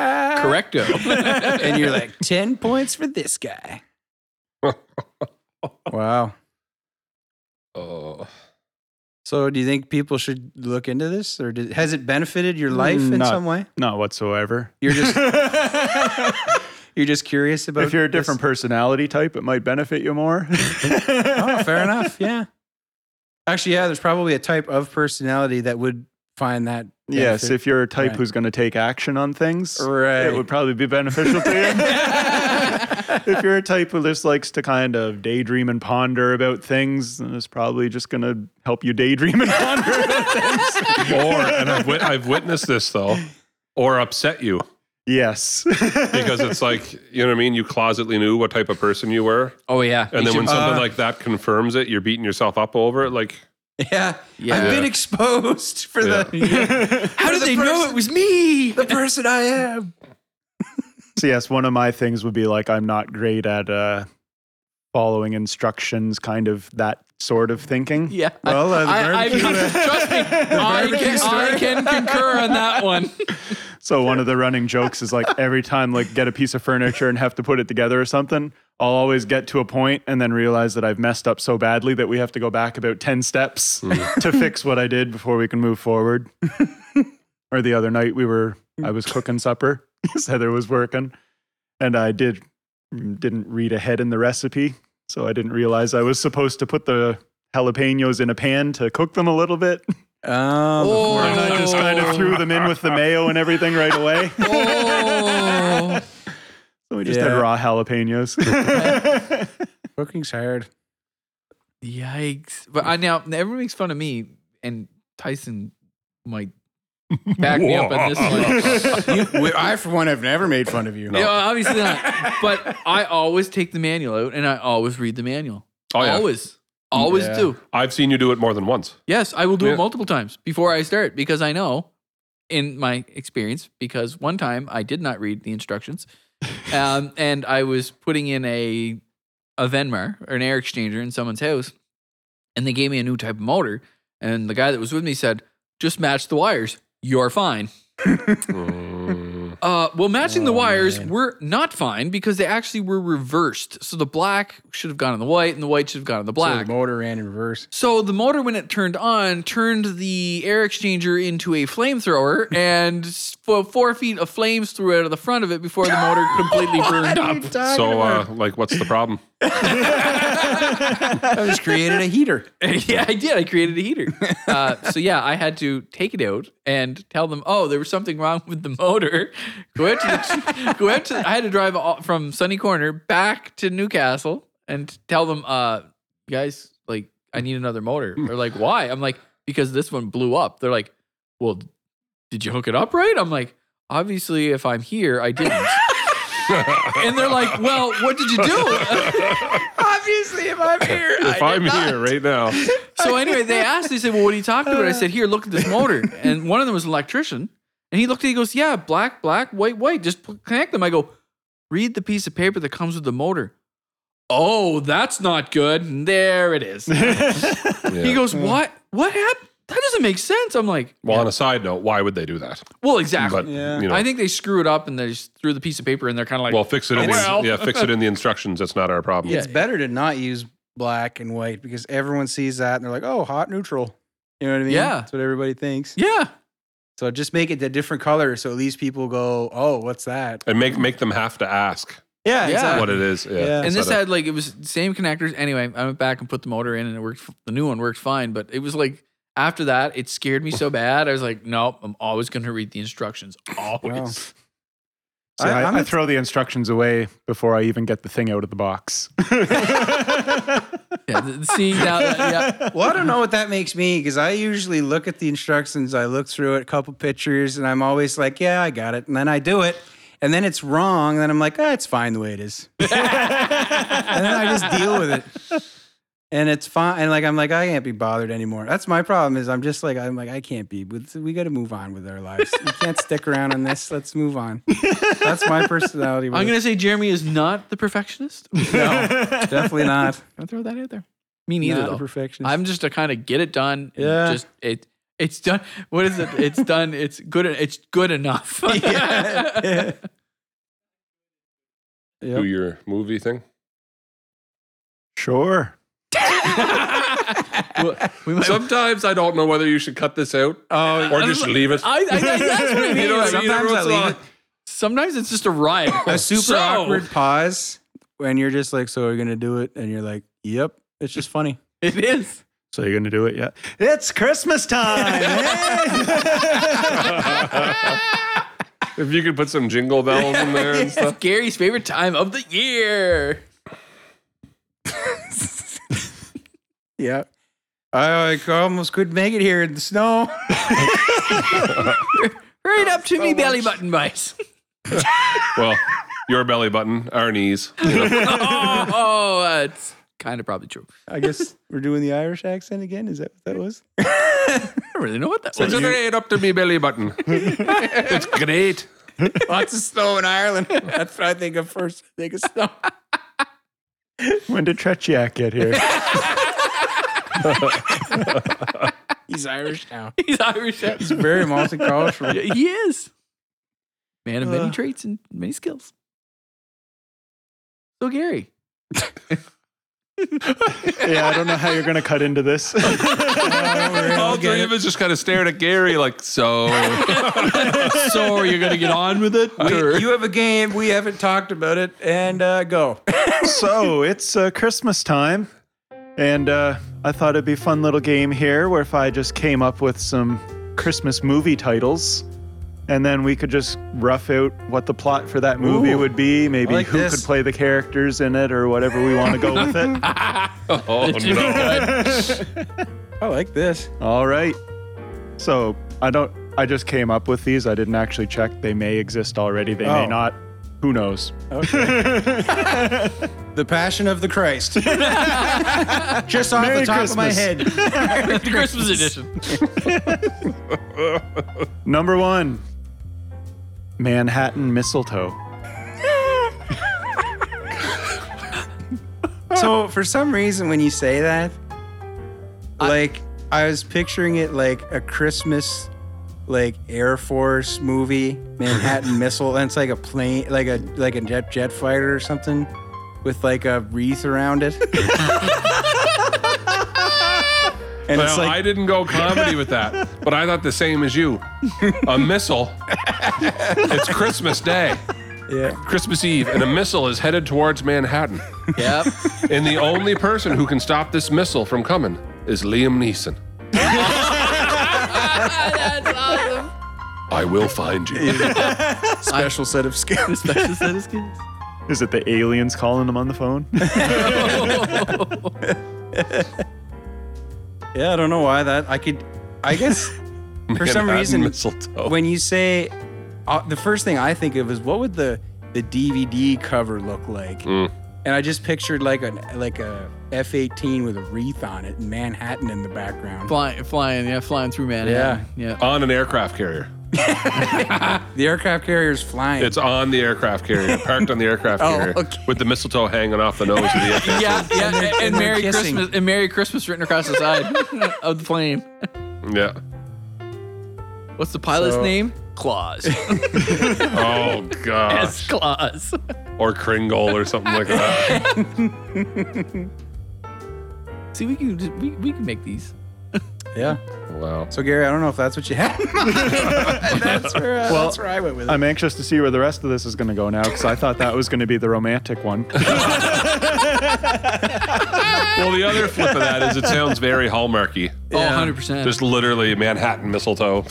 [SPEAKER 3] Correcto.
[SPEAKER 2] and you're like 10 points for this guy. wow.
[SPEAKER 1] Oh,
[SPEAKER 2] So do you think people should look into this or did, has it benefited your life in
[SPEAKER 4] Mm, Not-
[SPEAKER 2] some way?
[SPEAKER 4] Not whatsoever.
[SPEAKER 2] You're just you're just curious about
[SPEAKER 4] if you're a different personality type, it might benefit you more.
[SPEAKER 2] this? Oh, fair enough. Yeah. Actually, yeah, there's probably a type of personality that would find that
[SPEAKER 4] Yes,
[SPEAKER 2] benefit.
[SPEAKER 4] if you're a type
[SPEAKER 2] Right.
[SPEAKER 4] who's going to take action on things,
[SPEAKER 2] right.
[SPEAKER 4] it would probably be beneficial to you. if you're a type who just likes to kind of daydream and ponder about things, then it's probably just going to help you daydream and ponder about things.
[SPEAKER 1] or and I've, wit- I've witnessed this though, or upset you
[SPEAKER 4] Yes.
[SPEAKER 1] because it's like you know what I mean. You closetly knew what type of person you were,
[SPEAKER 3] oh yeah.
[SPEAKER 1] and then when something
[SPEAKER 2] Uh.
[SPEAKER 1] like that confirms it, you're beating yourself up over it. Like
[SPEAKER 2] yeah.
[SPEAKER 3] Yeah.
[SPEAKER 2] I've been
[SPEAKER 1] Yeah.
[SPEAKER 2] exposed for the
[SPEAKER 3] How did they know it was me?
[SPEAKER 2] the person I am.
[SPEAKER 4] So yes, one of my things would be like I'm not great at uh, following instructions, kind of that sort of thinking.
[SPEAKER 3] Yeah.
[SPEAKER 2] Well, uh, the
[SPEAKER 3] I, I,
[SPEAKER 2] barbecue-
[SPEAKER 3] trust me, I
[SPEAKER 2] barbecue
[SPEAKER 3] can, I
[SPEAKER 2] story.
[SPEAKER 3] can concur on that one.
[SPEAKER 4] So one of the running jokes is like every time like get a piece of furniture and have to put it together or something, I'll always get to a point and then realize that I've messed up so badly that we have to go back about 10 steps to fix what I did before we can move forward. or the other night we were I was cooking supper, Heather was working, and I did didn't read ahead in the recipe, so I didn't realize I was supposed to put the jalapenos in a pan to cook them a little bit.
[SPEAKER 2] Oh,
[SPEAKER 3] Oh,
[SPEAKER 4] And I just kind of threw them in with the mayo and everything right away.
[SPEAKER 3] oh.
[SPEAKER 4] So we just
[SPEAKER 2] Yeah.
[SPEAKER 4] had raw jalapenos.
[SPEAKER 2] cooking's hard.
[SPEAKER 3] Yikes! But I now everyone makes fun of me, and Tyson might back me up on this one.
[SPEAKER 2] You- I, for one, have never made fun of you.
[SPEAKER 3] Yeah, obviously not. But I always take the manual out, and I always read the manual.
[SPEAKER 1] oh yeah,
[SPEAKER 3] Always, always
[SPEAKER 2] Yeah.
[SPEAKER 3] do.
[SPEAKER 1] I've seen you do it more than once.
[SPEAKER 3] Yes, I will do
[SPEAKER 1] Yeah.
[SPEAKER 3] it multiple times before I start because I know, in my experience, because one time I did not read the instructions, um, and I was putting in a a Venmar or an air exchanger in someone's house, and they gave me a new type of motor, and the guy that was with me said, "Just match the wires. You're fine."
[SPEAKER 1] Mm.
[SPEAKER 3] Uh, well, matching the
[SPEAKER 2] Oh,
[SPEAKER 3] wires
[SPEAKER 2] man.
[SPEAKER 3] were not fine because they actually were reversed. So the black should have gone on the white, and the white should have gone on the
[SPEAKER 2] So the
[SPEAKER 3] black.
[SPEAKER 2] motor ran in reverse.
[SPEAKER 3] So the motor, when it turned on, turned the air exchanger into a flamethrower, and s- fo- four feet of flames threw out of the front of it before the motor completely burned up.
[SPEAKER 1] So uh, like, what's the problem?
[SPEAKER 2] I just created a heater.
[SPEAKER 3] yeah, I did. I created a heater. Uh, so yeah, I had to take it out and tell them, oh, there was something wrong with the motor. Go out to, the, go out to. I had to drive all, from Sunny Corner back to Newcastle and tell them, uh, guys, like I need another motor. They're like, why? I'm like, because this one blew up. They're like, well, did you hook it up right? I'm like, obviously, if I'm here, I didn't. and they're like, well, what did you do?
[SPEAKER 2] Obviously, if I'm here,
[SPEAKER 1] If I'm here right now,
[SPEAKER 3] So anyway, they asked, they said, Well, what are you talking about? I said, Here, look at this motor. And one of them was an electrician. And he looked at it, he goes, Yeah, black, black, white, white. Just pl- connect them. I go, read the piece of paper that comes with the motor. Oh, that's not good. And there it is. He
[SPEAKER 1] Yeah.
[SPEAKER 3] goes, What? What happened? That doesn't make sense. I'm like,
[SPEAKER 1] Well, on a side note, why would they do that?
[SPEAKER 3] Well, exactly.
[SPEAKER 1] But
[SPEAKER 2] Yeah.
[SPEAKER 1] you know,
[SPEAKER 3] I think they screw it up and they just threw the piece of paper and they're kind of like,
[SPEAKER 1] well, fix it. In
[SPEAKER 3] well.
[SPEAKER 1] the, yeah, fix it in the instructions. That's not our problem.
[SPEAKER 2] It's better to not use black and white because everyone sees that and they're like, "Oh, hot neutral." You know what I mean?
[SPEAKER 3] Yeah.
[SPEAKER 2] that's what everybody thinks.
[SPEAKER 3] Yeah.
[SPEAKER 2] So just make it a different color, so at least people go, "Oh, what's that?"
[SPEAKER 1] And make make them have to ask
[SPEAKER 2] Yeah,
[SPEAKER 3] Yeah.
[SPEAKER 2] exactly.
[SPEAKER 1] what it is. Yeah.
[SPEAKER 2] Yeah.
[SPEAKER 3] and this
[SPEAKER 1] instead
[SPEAKER 3] had like it was same connectors. Anyway, I went back and put the motor in, and it worked. The new one worked fine, but it was like after that, it scared me so bad. I was like, nope, I'm always going to read the instructions. Always.
[SPEAKER 4] See,
[SPEAKER 2] I-
[SPEAKER 4] I,
[SPEAKER 2] I'm
[SPEAKER 4] I
[SPEAKER 2] a-
[SPEAKER 4] throw the instructions away before I even get the thing out of the box.
[SPEAKER 3] Yeah, th- see now, yeah,
[SPEAKER 2] Well, I don't know what that makes me because I usually look at the instructions, I look through it, a couple pictures, and I'm always like, "Yeah, I got it," and then I do it. And then it's wrong, and then I'm like, ah, it's fine the way it is. and then I just deal with it. And it's fine. And like I'm like, I can't be bothered anymore. That's my problem, is I'm just like, I'm like, I can't be. With we gotta move on with our lives. we can't stick around on this. Let's move on. That's my personality. with
[SPEAKER 3] I'm
[SPEAKER 2] it.
[SPEAKER 3] going to say Jeremy is not the perfectionist. I'm
[SPEAKER 2] definitely not.
[SPEAKER 3] gonna throw that out there. Me neither.
[SPEAKER 2] not a
[SPEAKER 3] though.
[SPEAKER 2] perfectionist.
[SPEAKER 3] I'm just a kind of get it done. and
[SPEAKER 2] Yeah.
[SPEAKER 3] Just it. It's done. What is it? It's done. It's good. It's good enough.
[SPEAKER 2] Yeah.
[SPEAKER 1] Do your movie thing.
[SPEAKER 4] Sure.
[SPEAKER 3] Well, we might-
[SPEAKER 1] Sometimes I don't know whether you should cut this out
[SPEAKER 2] Oh,
[SPEAKER 1] or just leave it.
[SPEAKER 3] I, I, that's what I mean.
[SPEAKER 1] You know what I mean?
[SPEAKER 2] Sometimes I
[SPEAKER 1] Everyone's
[SPEAKER 2] leave
[SPEAKER 1] like,
[SPEAKER 2] it.
[SPEAKER 3] Sometimes it's just a riot.
[SPEAKER 2] a super
[SPEAKER 3] So-
[SPEAKER 2] awkward pause when you're just like, "So we're gonna do it," and you're like, "Yep." It's just funny.
[SPEAKER 3] It is.
[SPEAKER 4] So you're gonna do it yet? It's Christmas time. eh?
[SPEAKER 1] If you could put some jingle bells in there and stuff.
[SPEAKER 3] Gary's favorite time of the year.
[SPEAKER 2] Yeah. I like, almost couldn't make it here in the snow.
[SPEAKER 3] Right up to me, belly button vice.
[SPEAKER 1] Well, your belly button, our knees.
[SPEAKER 3] oh, oh, that's kind of probably true.
[SPEAKER 2] I guess we're doing the Irish accent again. Is that what that was?
[SPEAKER 3] I don't really know what that
[SPEAKER 1] It's
[SPEAKER 3] was.
[SPEAKER 1] great up to me belly button. it's great.
[SPEAKER 2] Lots of snow in Ireland. That's what I think of first. I think of snow.
[SPEAKER 4] when did Tretiak get here?
[SPEAKER 2] He's Irish now.
[SPEAKER 3] He's Irish.
[SPEAKER 2] He's very multicultural.
[SPEAKER 3] he is. Man of many traits and many skills. So Gary.
[SPEAKER 4] yeah, I don't know how you're gonna cut into this.
[SPEAKER 1] All three of us just kind of stared at Gary like, so.
[SPEAKER 3] So are you gonna get on with it?
[SPEAKER 2] you have a game. We haven't talked about it. And uh, go.
[SPEAKER 4] so it's uh, Christmas time, and uh, I thought it'd be a fun little game here where if I just came up with some Christmas movie titles, and then we could just rough out what the plot for that movie
[SPEAKER 2] Ooh,
[SPEAKER 4] would be, maybe
[SPEAKER 2] like
[SPEAKER 4] who
[SPEAKER 2] this.
[SPEAKER 4] could play the characters in it, or whatever we want to go with it.
[SPEAKER 1] Oh,
[SPEAKER 2] I
[SPEAKER 1] no.
[SPEAKER 2] like this.
[SPEAKER 4] All right. So I don't. I just came up with these. I didn't actually check. They may exist already. They
[SPEAKER 2] Oh.
[SPEAKER 4] may not. Who knows?
[SPEAKER 2] The Passion of the Christ. Just off
[SPEAKER 4] Merry
[SPEAKER 2] the top of my
[SPEAKER 4] Christmas.
[SPEAKER 2] head.
[SPEAKER 3] the Christmas edition.
[SPEAKER 4] Number one, Manhattan mistletoe.
[SPEAKER 2] So for some reason, when you say that, like I was picturing it like a Christmas, like Air Force movie, Manhattan Missile, and it's like a plane, like a like a jet jet fighter or something, with like a wreath around it. and
[SPEAKER 1] Well,
[SPEAKER 2] it's like
[SPEAKER 1] I didn't go comedy with that, but I thought the same as you. A missile. It's Christmas Day,
[SPEAKER 2] yeah,
[SPEAKER 1] Christmas Eve, and a missile is headed towards Manhattan.
[SPEAKER 3] Yep.
[SPEAKER 1] And the only person who can stop this missile from coming is Liam Neeson.
[SPEAKER 3] That's awesome.
[SPEAKER 1] I will find you.
[SPEAKER 2] special set of skills.
[SPEAKER 3] Special set of skills.
[SPEAKER 4] Is it the aliens calling them on the phone?
[SPEAKER 2] yeah, I don't know why that. I could, I guess. For some reason,
[SPEAKER 1] Manhattan mistletoe.
[SPEAKER 5] Oh.
[SPEAKER 2] when you say uh, the first thing I think of is what would the the DVD cover look like?
[SPEAKER 5] Mm.
[SPEAKER 2] And I just pictured like an like a F eighteen with a wreath on it and Manhattan in the background.
[SPEAKER 3] Flying, flying, yeah, flying through Manhattan. Yeah.
[SPEAKER 1] on an aircraft carrier.
[SPEAKER 2] The aircraft carrier is flying.
[SPEAKER 1] It's on the aircraft carrier, parked on the aircraft
[SPEAKER 2] Oh,
[SPEAKER 1] carrier,
[SPEAKER 2] okay.
[SPEAKER 1] with the mistletoe hanging off the nose of the aircraft.
[SPEAKER 3] Yeah, yeah, and, and
[SPEAKER 2] and they're
[SPEAKER 3] Merry
[SPEAKER 2] kissing.
[SPEAKER 3] Christmas and Merry Christmas written across the side of the plane.
[SPEAKER 1] Yeah.
[SPEAKER 3] What's the pilot's
[SPEAKER 2] So-
[SPEAKER 3] name? Claus.
[SPEAKER 1] Oh
[SPEAKER 3] It's
[SPEAKER 1] gosh.
[SPEAKER 3] Claus.
[SPEAKER 1] Or Kringle or something like that.
[SPEAKER 3] See, we can just, we, we can make these.
[SPEAKER 2] yeah.
[SPEAKER 1] Wow.
[SPEAKER 2] So Gary, I don't know if that's what you had. in mind. that's, where, uh, that's where I went with it.
[SPEAKER 4] I'm anxious to see where the rest of this is going to go now because I thought that was going to be the romantic one.
[SPEAKER 1] Well, the other flip of that is it sounds very hallmarky.
[SPEAKER 3] Oh,
[SPEAKER 2] Yeah.
[SPEAKER 3] 100 percent.
[SPEAKER 1] Just literally Manhattan mistletoe.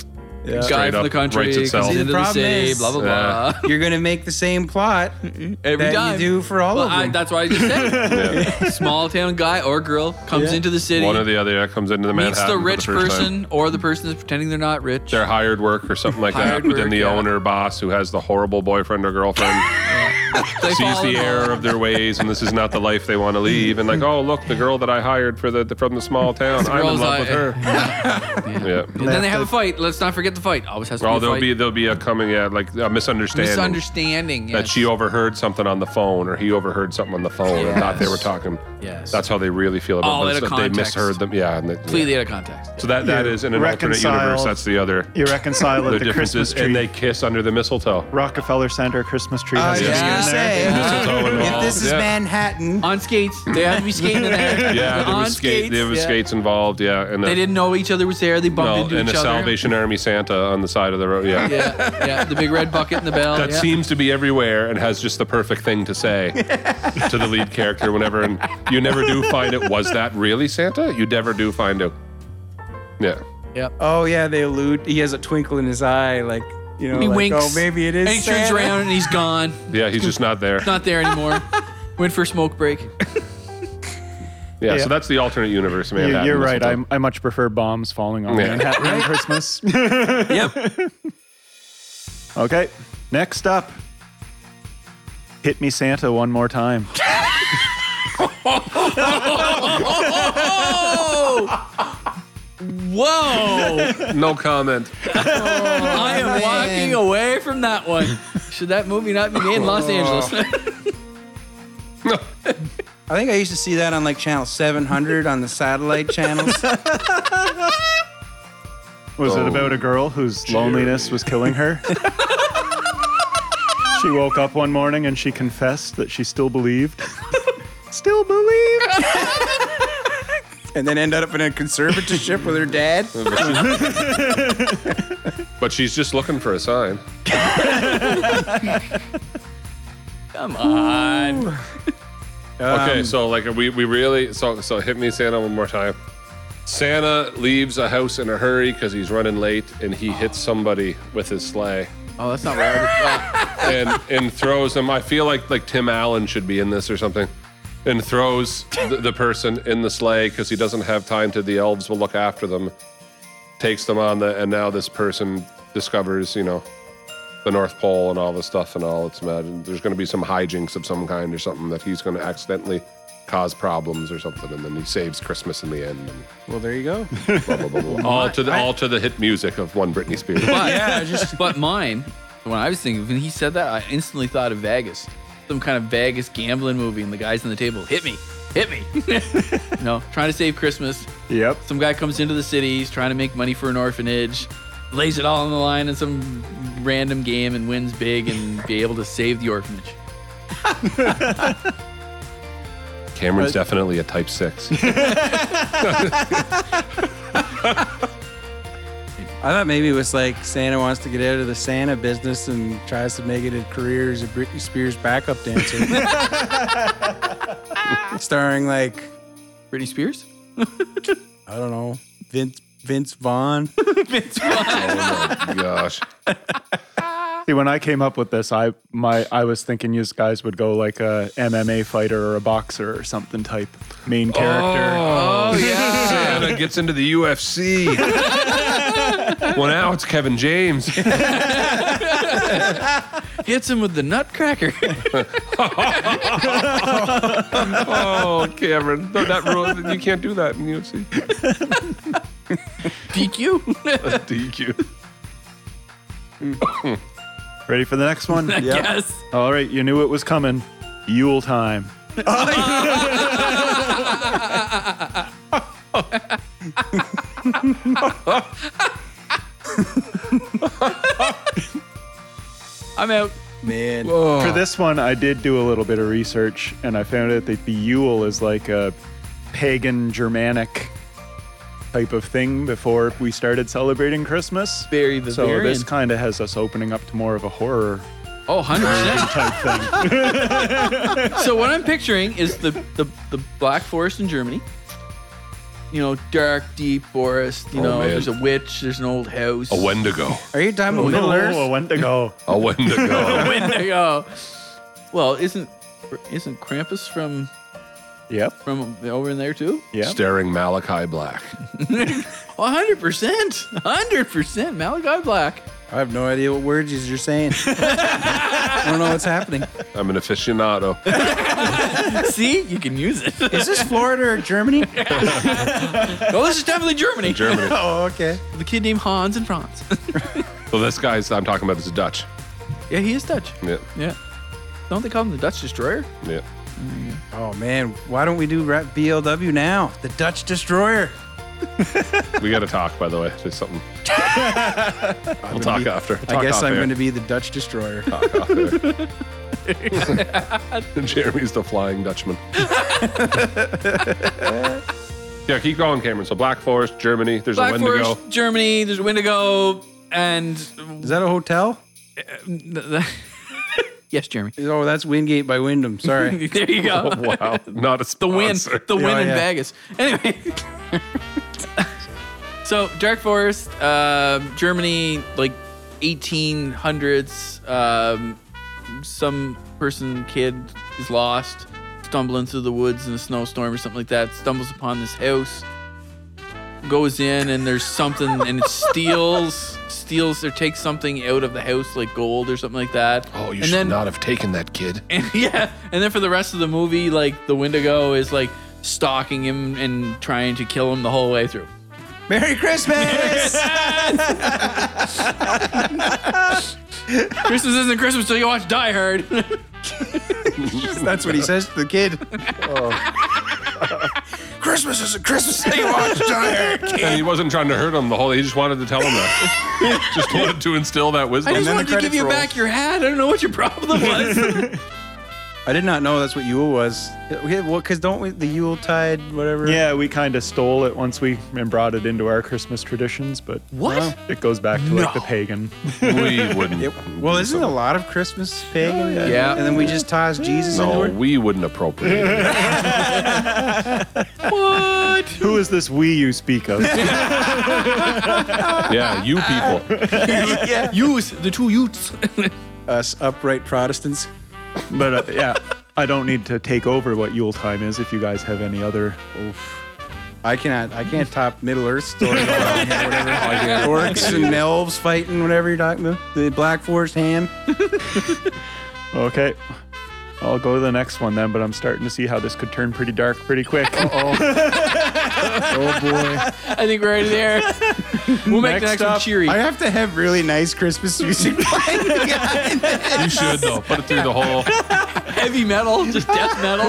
[SPEAKER 2] Yeah.
[SPEAKER 3] guy
[SPEAKER 1] straight
[SPEAKER 3] from
[SPEAKER 1] up
[SPEAKER 3] the country
[SPEAKER 1] writes
[SPEAKER 3] comes
[SPEAKER 1] itself.
[SPEAKER 3] into
[SPEAKER 2] See, the
[SPEAKER 3] the,
[SPEAKER 2] problem
[SPEAKER 3] city.
[SPEAKER 2] is-
[SPEAKER 3] Blah blah
[SPEAKER 1] Yeah.
[SPEAKER 3] blah.
[SPEAKER 2] You're gonna make the same plot
[SPEAKER 3] Every
[SPEAKER 2] that
[SPEAKER 3] time.
[SPEAKER 2] you do for all
[SPEAKER 3] well,
[SPEAKER 2] of them.
[SPEAKER 3] I, that's what I just said.
[SPEAKER 1] Yeah.
[SPEAKER 3] Small town guy or girl comes
[SPEAKER 2] Yeah.
[SPEAKER 3] into the city,
[SPEAKER 1] One or the other yeah, comes into the Manhattan.
[SPEAKER 3] meets the
[SPEAKER 1] for
[SPEAKER 3] rich
[SPEAKER 1] first time.
[SPEAKER 3] person or the person that's pretending they're not rich.
[SPEAKER 1] Their hired work or something like that.
[SPEAKER 3] Hired
[SPEAKER 1] But then
[SPEAKER 3] work,
[SPEAKER 1] the
[SPEAKER 3] yeah.
[SPEAKER 1] owner boss who has the horrible boyfriend or girlfriend.
[SPEAKER 3] They
[SPEAKER 1] sees
[SPEAKER 3] fall in
[SPEAKER 1] the
[SPEAKER 3] love.
[SPEAKER 1] error of their ways, and this is not the life they want to leave. And like, oh look, the girl that I hired for the, from the small town, I'm in
[SPEAKER 3] girl's
[SPEAKER 1] love
[SPEAKER 3] I-
[SPEAKER 1] with her. Yeah.
[SPEAKER 3] And then they have a fight. Let's not forget the fight. Always has to
[SPEAKER 1] Oh,
[SPEAKER 3] be a
[SPEAKER 1] there'll
[SPEAKER 3] fight.
[SPEAKER 1] be there'll be a coming, yeah, like a misunderstanding.
[SPEAKER 3] misunderstanding.
[SPEAKER 1] That
[SPEAKER 3] yes.
[SPEAKER 1] she overheard something on the phone, or he overheard something on the phone, and thought they were
[SPEAKER 3] Yes.
[SPEAKER 1] talking.
[SPEAKER 3] Yes.
[SPEAKER 1] That's how they really feel about
[SPEAKER 3] All
[SPEAKER 1] it.
[SPEAKER 3] out of
[SPEAKER 1] They
[SPEAKER 3] context.
[SPEAKER 1] misheard them. Yeah. And they,
[SPEAKER 3] completely
[SPEAKER 1] yeah.
[SPEAKER 3] out of context.
[SPEAKER 1] So that that
[SPEAKER 4] You
[SPEAKER 1] is in an alternate
[SPEAKER 4] reconcile
[SPEAKER 1] universe. That's the other
[SPEAKER 4] You reconcile
[SPEAKER 1] the
[SPEAKER 4] at the
[SPEAKER 1] differences,
[SPEAKER 4] Christmas tree.
[SPEAKER 1] and they kiss under the mistletoe.
[SPEAKER 4] Rockefeller Center Christmas
[SPEAKER 2] Oh,
[SPEAKER 4] tree.
[SPEAKER 5] I
[SPEAKER 4] has
[SPEAKER 5] was
[SPEAKER 4] a
[SPEAKER 5] just
[SPEAKER 4] tree
[SPEAKER 5] gonna
[SPEAKER 4] in there.
[SPEAKER 5] say,
[SPEAKER 1] Mistletoe
[SPEAKER 5] if
[SPEAKER 1] involved.
[SPEAKER 5] this is
[SPEAKER 1] yeah.
[SPEAKER 5] Manhattan,
[SPEAKER 3] On skates, they had to be skating in there.
[SPEAKER 1] Yeah, there
[SPEAKER 3] on
[SPEAKER 1] was skate. There was
[SPEAKER 3] yeah.
[SPEAKER 1] skates involved. Yeah, and
[SPEAKER 3] They
[SPEAKER 1] a-
[SPEAKER 3] didn't know each other was there. They bumped
[SPEAKER 1] no,
[SPEAKER 3] into
[SPEAKER 1] and
[SPEAKER 3] each
[SPEAKER 1] a
[SPEAKER 3] other.
[SPEAKER 1] Salvation Army Santa on the side of the road. Yeah.
[SPEAKER 3] Yeah, yeah. The big red bucket and the bell.
[SPEAKER 1] That
[SPEAKER 3] yeah.
[SPEAKER 1] seems to be everywhere and has just the perfect thing to say to the lead character whenever. And you never do find it. Was that really Santa? You never do find out. Yeah.
[SPEAKER 2] Oh yeah, they allude. He has a twinkle in his eye, like you know,
[SPEAKER 3] He
[SPEAKER 2] like,
[SPEAKER 3] winks.
[SPEAKER 2] oh maybe it is.
[SPEAKER 3] And he turns
[SPEAKER 2] Santa."
[SPEAKER 3] around and he's gone.
[SPEAKER 1] Yeah, he's just not there.
[SPEAKER 3] Not there anymore. Went for a smoke break.
[SPEAKER 1] Yeah,
[SPEAKER 4] Yeah.
[SPEAKER 1] so that's the alternate universe,
[SPEAKER 4] You-
[SPEAKER 1] man.
[SPEAKER 4] You're right. I, I much prefer bombs falling on
[SPEAKER 1] Yeah.
[SPEAKER 4] Manhattan on Christmas.
[SPEAKER 2] Yep.
[SPEAKER 4] Okay. Next up, hit me Santa one more time.
[SPEAKER 3] Whoa!
[SPEAKER 1] No comment.
[SPEAKER 3] I am
[SPEAKER 5] man.
[SPEAKER 3] walking away from that one. Should that movie not be made in Los Angeles?
[SPEAKER 2] I think I used to
[SPEAKER 5] see that on like channel 700 on the satellite channels.
[SPEAKER 4] Was
[SPEAKER 1] Oh.
[SPEAKER 4] it about a girl whose loneliness was killing her? she woke up one morning and she confessed that she still believed. still believe?
[SPEAKER 2] and then ended up in a conservatorship with her dad.
[SPEAKER 1] But she's just looking for a sign.
[SPEAKER 3] Come on.
[SPEAKER 4] Um,
[SPEAKER 1] Okay, so like we we really so so hit me Santa one more time. Santa leaves a house in a hurry because he's running late, and he hits somebody with his sleigh
[SPEAKER 3] Oh, that's not right.
[SPEAKER 1] and and throws them. I feel like like Tim Allen should be in this or something, and throws the, the person in the sleigh because he doesn't have time to. The elves will look after them, takes them on the, and now this person discovers you know the North Pole and all this stuff and all. It's mad. And there's going to be some hijinks of some kind or something that he's going to accidentally cause problems or something, and then he saves Christmas in the end. And
[SPEAKER 2] Well, there you go.
[SPEAKER 1] blah, blah, blah, blah. all to the all to the hit music of one Britney Spears.
[SPEAKER 3] But, but mine, when I was thinking, when he said that, I instantly thought of Vegas. Some kind of Vegas gambling movie, and the guys on the table hit me, hit me. no, trying to save Christmas.
[SPEAKER 4] Yep.
[SPEAKER 3] Some guy comes into the city, he's trying to make money for an orphanage, lays it all on the line in some random game and wins big and be able to save the orphanage.
[SPEAKER 1] Cameron's definitely a type six.
[SPEAKER 2] I thought maybe it was like Santa wants to get out of the Santa business and tries to make it a career as a Britney Spears backup dancer, starring like
[SPEAKER 3] Britney Spears?
[SPEAKER 2] I don't know Vince Vince Vaughn.
[SPEAKER 1] oh my gosh.
[SPEAKER 4] See, when I came up with this, I my I was thinking you guys would go like a MMA fighter or a boxer or something type main character.
[SPEAKER 1] Oh, yeah. Santa gets into the UFC. well, now it's Kevin James.
[SPEAKER 3] Hits him with the nutcracker.
[SPEAKER 1] Oh, Cameron. No, that rule, you can't do that in UFC.
[SPEAKER 3] DQ.
[SPEAKER 1] DQ.
[SPEAKER 4] Ready for the next one?
[SPEAKER 3] Yes.
[SPEAKER 4] All right, you knew it was coming. Yule time.
[SPEAKER 3] I'm out.
[SPEAKER 2] Man,
[SPEAKER 4] For this one, I did do a little bit of research, and I found out that the Yule is like a pagan Germanic type of thing before we started celebrating Christmas.
[SPEAKER 3] Barry
[SPEAKER 4] So
[SPEAKER 3] Bavarian.
[SPEAKER 4] this kind of has us opening up to more of a horror
[SPEAKER 3] oh, 100%.
[SPEAKER 4] type thing.
[SPEAKER 3] so what I'm picturing is the, the the black forest in Germany. You know, dark, deep forest. You
[SPEAKER 1] Oh,
[SPEAKER 3] know,
[SPEAKER 1] man.
[SPEAKER 3] there's a witch. There's an old house.
[SPEAKER 1] A Wendigo.
[SPEAKER 2] are you talking about Middle
[SPEAKER 4] Oh,
[SPEAKER 2] Earth?
[SPEAKER 4] a Wendigo.
[SPEAKER 1] A Wendigo.
[SPEAKER 3] Wendigo. Well, isn't isn't Krampus from
[SPEAKER 4] Yep.
[SPEAKER 3] from over in there too?
[SPEAKER 4] Yep.
[SPEAKER 1] Staring Malachi Black.
[SPEAKER 3] 100 percent, 100 percent. Malachi Black.
[SPEAKER 2] I have no idea what words you're saying. I don't know what's happening.
[SPEAKER 1] I'm an aficionado.
[SPEAKER 3] See, you can use it.
[SPEAKER 2] Is this Florida or Germany?
[SPEAKER 3] oh, this is definitely Germany.
[SPEAKER 1] Germany.
[SPEAKER 5] Oh, okay.
[SPEAKER 3] The kid named Hans in France.
[SPEAKER 1] Well, this guy's I'm talking about is Dutch.
[SPEAKER 3] yeah, he is Dutch.
[SPEAKER 1] Yeah,
[SPEAKER 3] Yeah. Don't they call him the Dutch Destroyer?
[SPEAKER 1] yeah.
[SPEAKER 2] Oh man, why don't we do rep BLW now? The Dutch Destroyer.
[SPEAKER 1] We got to talk, by the way. There's something. We'll talk after.
[SPEAKER 2] I
[SPEAKER 1] Talk
[SPEAKER 2] guess
[SPEAKER 1] off
[SPEAKER 2] I'm
[SPEAKER 1] air. Uh-huh.
[SPEAKER 2] going to be the Dutch Destroyer.
[SPEAKER 1] Talk off air. Jeremy's the flying Dutchman. yeah, keep going, Cameron. So Black Forest, Germany. There's a
[SPEAKER 3] Black
[SPEAKER 1] Wendigo.
[SPEAKER 3] Forest, Germany. There's a Wendigo, and
[SPEAKER 2] Is that a hotel?
[SPEAKER 3] yes, Jeremy.
[SPEAKER 2] Oh, that's Wingate by Wyndham. Sorry.
[SPEAKER 3] There you go.
[SPEAKER 1] Wow, not a
[SPEAKER 3] The win,
[SPEAKER 1] sponsor.
[SPEAKER 3] the win
[SPEAKER 2] Yeah,
[SPEAKER 3] in
[SPEAKER 2] yeah.
[SPEAKER 3] Vegas. Anyway, so Dark Forest, um, Germany, like 1800s. Um, some person, kid, is lost, stumbling through the woods in a snowstorm or something like that. Stumbles upon this house, goes in, and there's something, and it steals, steals or takes something out of the house, like gold or something like that.
[SPEAKER 1] Oh, you
[SPEAKER 3] and
[SPEAKER 1] should
[SPEAKER 3] then,
[SPEAKER 1] not have taken that kid.
[SPEAKER 3] and yeah, and then for the rest of the movie, like the Wendigo is like stalking him and trying to kill him the whole way through.
[SPEAKER 5] Merry Christmas!
[SPEAKER 3] Christmas isn't Christmas till you watch Die Hard.
[SPEAKER 5] That's what he says to the kid.
[SPEAKER 1] Oh.
[SPEAKER 5] Christmas is a Christmas thing. Watch Giant.
[SPEAKER 1] And he wasn't trying to hurt him the whole. He just wanted to tell him that. just wanted to instill that
[SPEAKER 3] I
[SPEAKER 1] wisdom.
[SPEAKER 3] just
[SPEAKER 5] then
[SPEAKER 3] wanted
[SPEAKER 5] the
[SPEAKER 3] to give
[SPEAKER 5] credits
[SPEAKER 3] you
[SPEAKER 5] roll.
[SPEAKER 3] back your hat. I don't know what your problem was.
[SPEAKER 2] I did not know that's what Yule was. Yeah, well, because don't we, the Yule Tide, whatever?
[SPEAKER 4] Yeah, we kind of stole it once we and brought it into our Christmas traditions, but
[SPEAKER 3] what?
[SPEAKER 4] it goes back to like the
[SPEAKER 3] No.
[SPEAKER 4] pagan.
[SPEAKER 1] we wouldn't.
[SPEAKER 2] It- well, isn't a lot of Christmas pagan?
[SPEAKER 3] Yeah.
[SPEAKER 2] And then we just toss Jesus
[SPEAKER 1] Oh, No,
[SPEAKER 2] into it?
[SPEAKER 1] we wouldn't appropriate it.
[SPEAKER 3] What?
[SPEAKER 4] Who is this we you speak of?
[SPEAKER 1] Yeah, you people.
[SPEAKER 3] Youths, the two youths.
[SPEAKER 2] Us upright Protestants.
[SPEAKER 4] but uh, yeah, I don't need to take over what Yule time is if you guys have any other.
[SPEAKER 2] I cannot. I can't top Middle Earth story. around here, whatever. Orcs and elves fighting, whatever you're talking about. The Black Forest ham.
[SPEAKER 4] Okay. I'll go to the next one then, but I'm starting to see how this could turn pretty dark pretty quick.
[SPEAKER 2] Oh boy.
[SPEAKER 3] I think we're already there. We'll make the
[SPEAKER 4] Next
[SPEAKER 3] next one
[SPEAKER 4] up,
[SPEAKER 3] cheery.
[SPEAKER 2] I have to have really nice Christmas music playing behind it.
[SPEAKER 1] You should though. Put it through the whole.
[SPEAKER 3] Heavy metal, just death metal.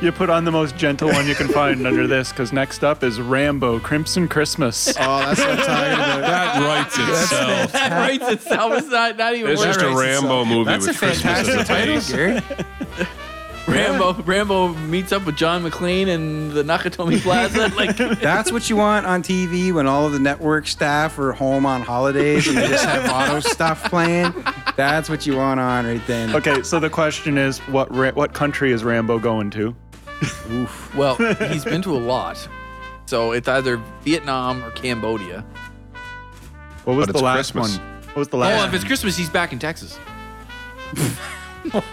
[SPEAKER 4] you put on the most gentle one you can find under this, because next up is Rambo Crimson Christmas.
[SPEAKER 2] Oh, that's what I'm talking about.
[SPEAKER 1] That writes itself.
[SPEAKER 3] that writes itself. It's not, not even
[SPEAKER 1] It's
[SPEAKER 3] worth
[SPEAKER 1] just a
[SPEAKER 3] it.
[SPEAKER 1] Rambo movie
[SPEAKER 2] That's a
[SPEAKER 1] with Christmas as
[SPEAKER 2] fantastic
[SPEAKER 1] a
[SPEAKER 2] title,
[SPEAKER 1] base.
[SPEAKER 2] Gary.
[SPEAKER 3] Rambo. Rambo meets up with John McClane and the Nakatomi Plaza. Like,
[SPEAKER 2] That's what you want on TV when all of the network staff are home on holidays and they just have auto stuff playing. That's what you want on right then.
[SPEAKER 4] Okay, so the question is, what ra- what country is Rambo going to?
[SPEAKER 3] Well, he's been to a lot. So it's either Vietnam or Cambodia.
[SPEAKER 4] What was
[SPEAKER 1] But
[SPEAKER 4] the
[SPEAKER 1] it's
[SPEAKER 4] last
[SPEAKER 1] Christmas.
[SPEAKER 4] one? What was the last?
[SPEAKER 3] Oh, if it's Christmas, he's back in Texas.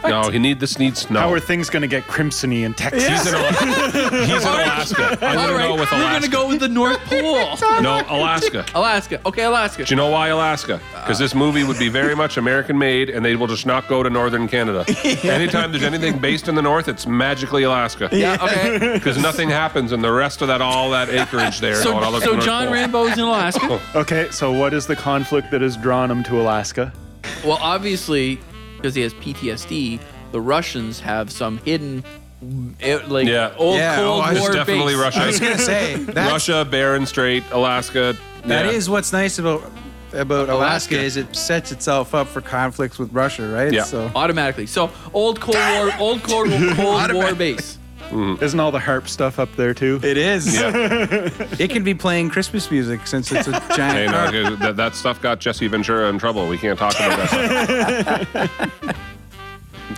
[SPEAKER 1] No, he need this needs snow.
[SPEAKER 4] How are things going to get crimsony in Texas?
[SPEAKER 1] He's in, Al- he's in Alaska. I'm gonna go with
[SPEAKER 3] you're gonna
[SPEAKER 1] Alaska.
[SPEAKER 3] go with the North Pole.
[SPEAKER 1] no, Alaska.
[SPEAKER 3] Alaska. Okay, Alaska.
[SPEAKER 1] Do you know why Alaska? Because this movie would be very much American made, and they will just not go to northern Canada. Anytime there's anything based in the north, it's magically Alaska.
[SPEAKER 3] Yeah, okay.
[SPEAKER 1] Because nothing happens, and the rest of that all that acreage there.
[SPEAKER 3] So,
[SPEAKER 1] going all over
[SPEAKER 3] so
[SPEAKER 1] the North
[SPEAKER 3] John
[SPEAKER 1] Pole.
[SPEAKER 3] Rambo's in Alaska.
[SPEAKER 4] Okay, so what is the conflict that has drawn him to Alaska?
[SPEAKER 3] Well, obviously, because he has PTSD, the Russians have some hidden, eh, like
[SPEAKER 1] Yeah.
[SPEAKER 3] old
[SPEAKER 2] Yeah, oh,
[SPEAKER 3] Cold
[SPEAKER 2] I
[SPEAKER 1] It's
[SPEAKER 3] War
[SPEAKER 1] definitely
[SPEAKER 3] base.
[SPEAKER 1] Russia.
[SPEAKER 2] I was gonna say that's,
[SPEAKER 1] Russia, Barren Strait, Alaska.
[SPEAKER 2] that
[SPEAKER 1] yeah.
[SPEAKER 2] is what's nice about about Alaska,
[SPEAKER 3] Alaska.
[SPEAKER 2] is it sets itself up for conflicts with Russia, right?
[SPEAKER 1] Yeah.
[SPEAKER 2] So
[SPEAKER 3] Automatically. So old Cold War, old Cold, Cold War base.
[SPEAKER 4] Isn't all the harp stuff up there too?
[SPEAKER 2] it is.
[SPEAKER 1] Yeah.
[SPEAKER 2] It could be playing Christmas music since it's a
[SPEAKER 1] Hey,
[SPEAKER 2] giant.
[SPEAKER 1] no, okay, that, that stuff got Jesse Ventura in trouble. We can't talk about that. Stuff.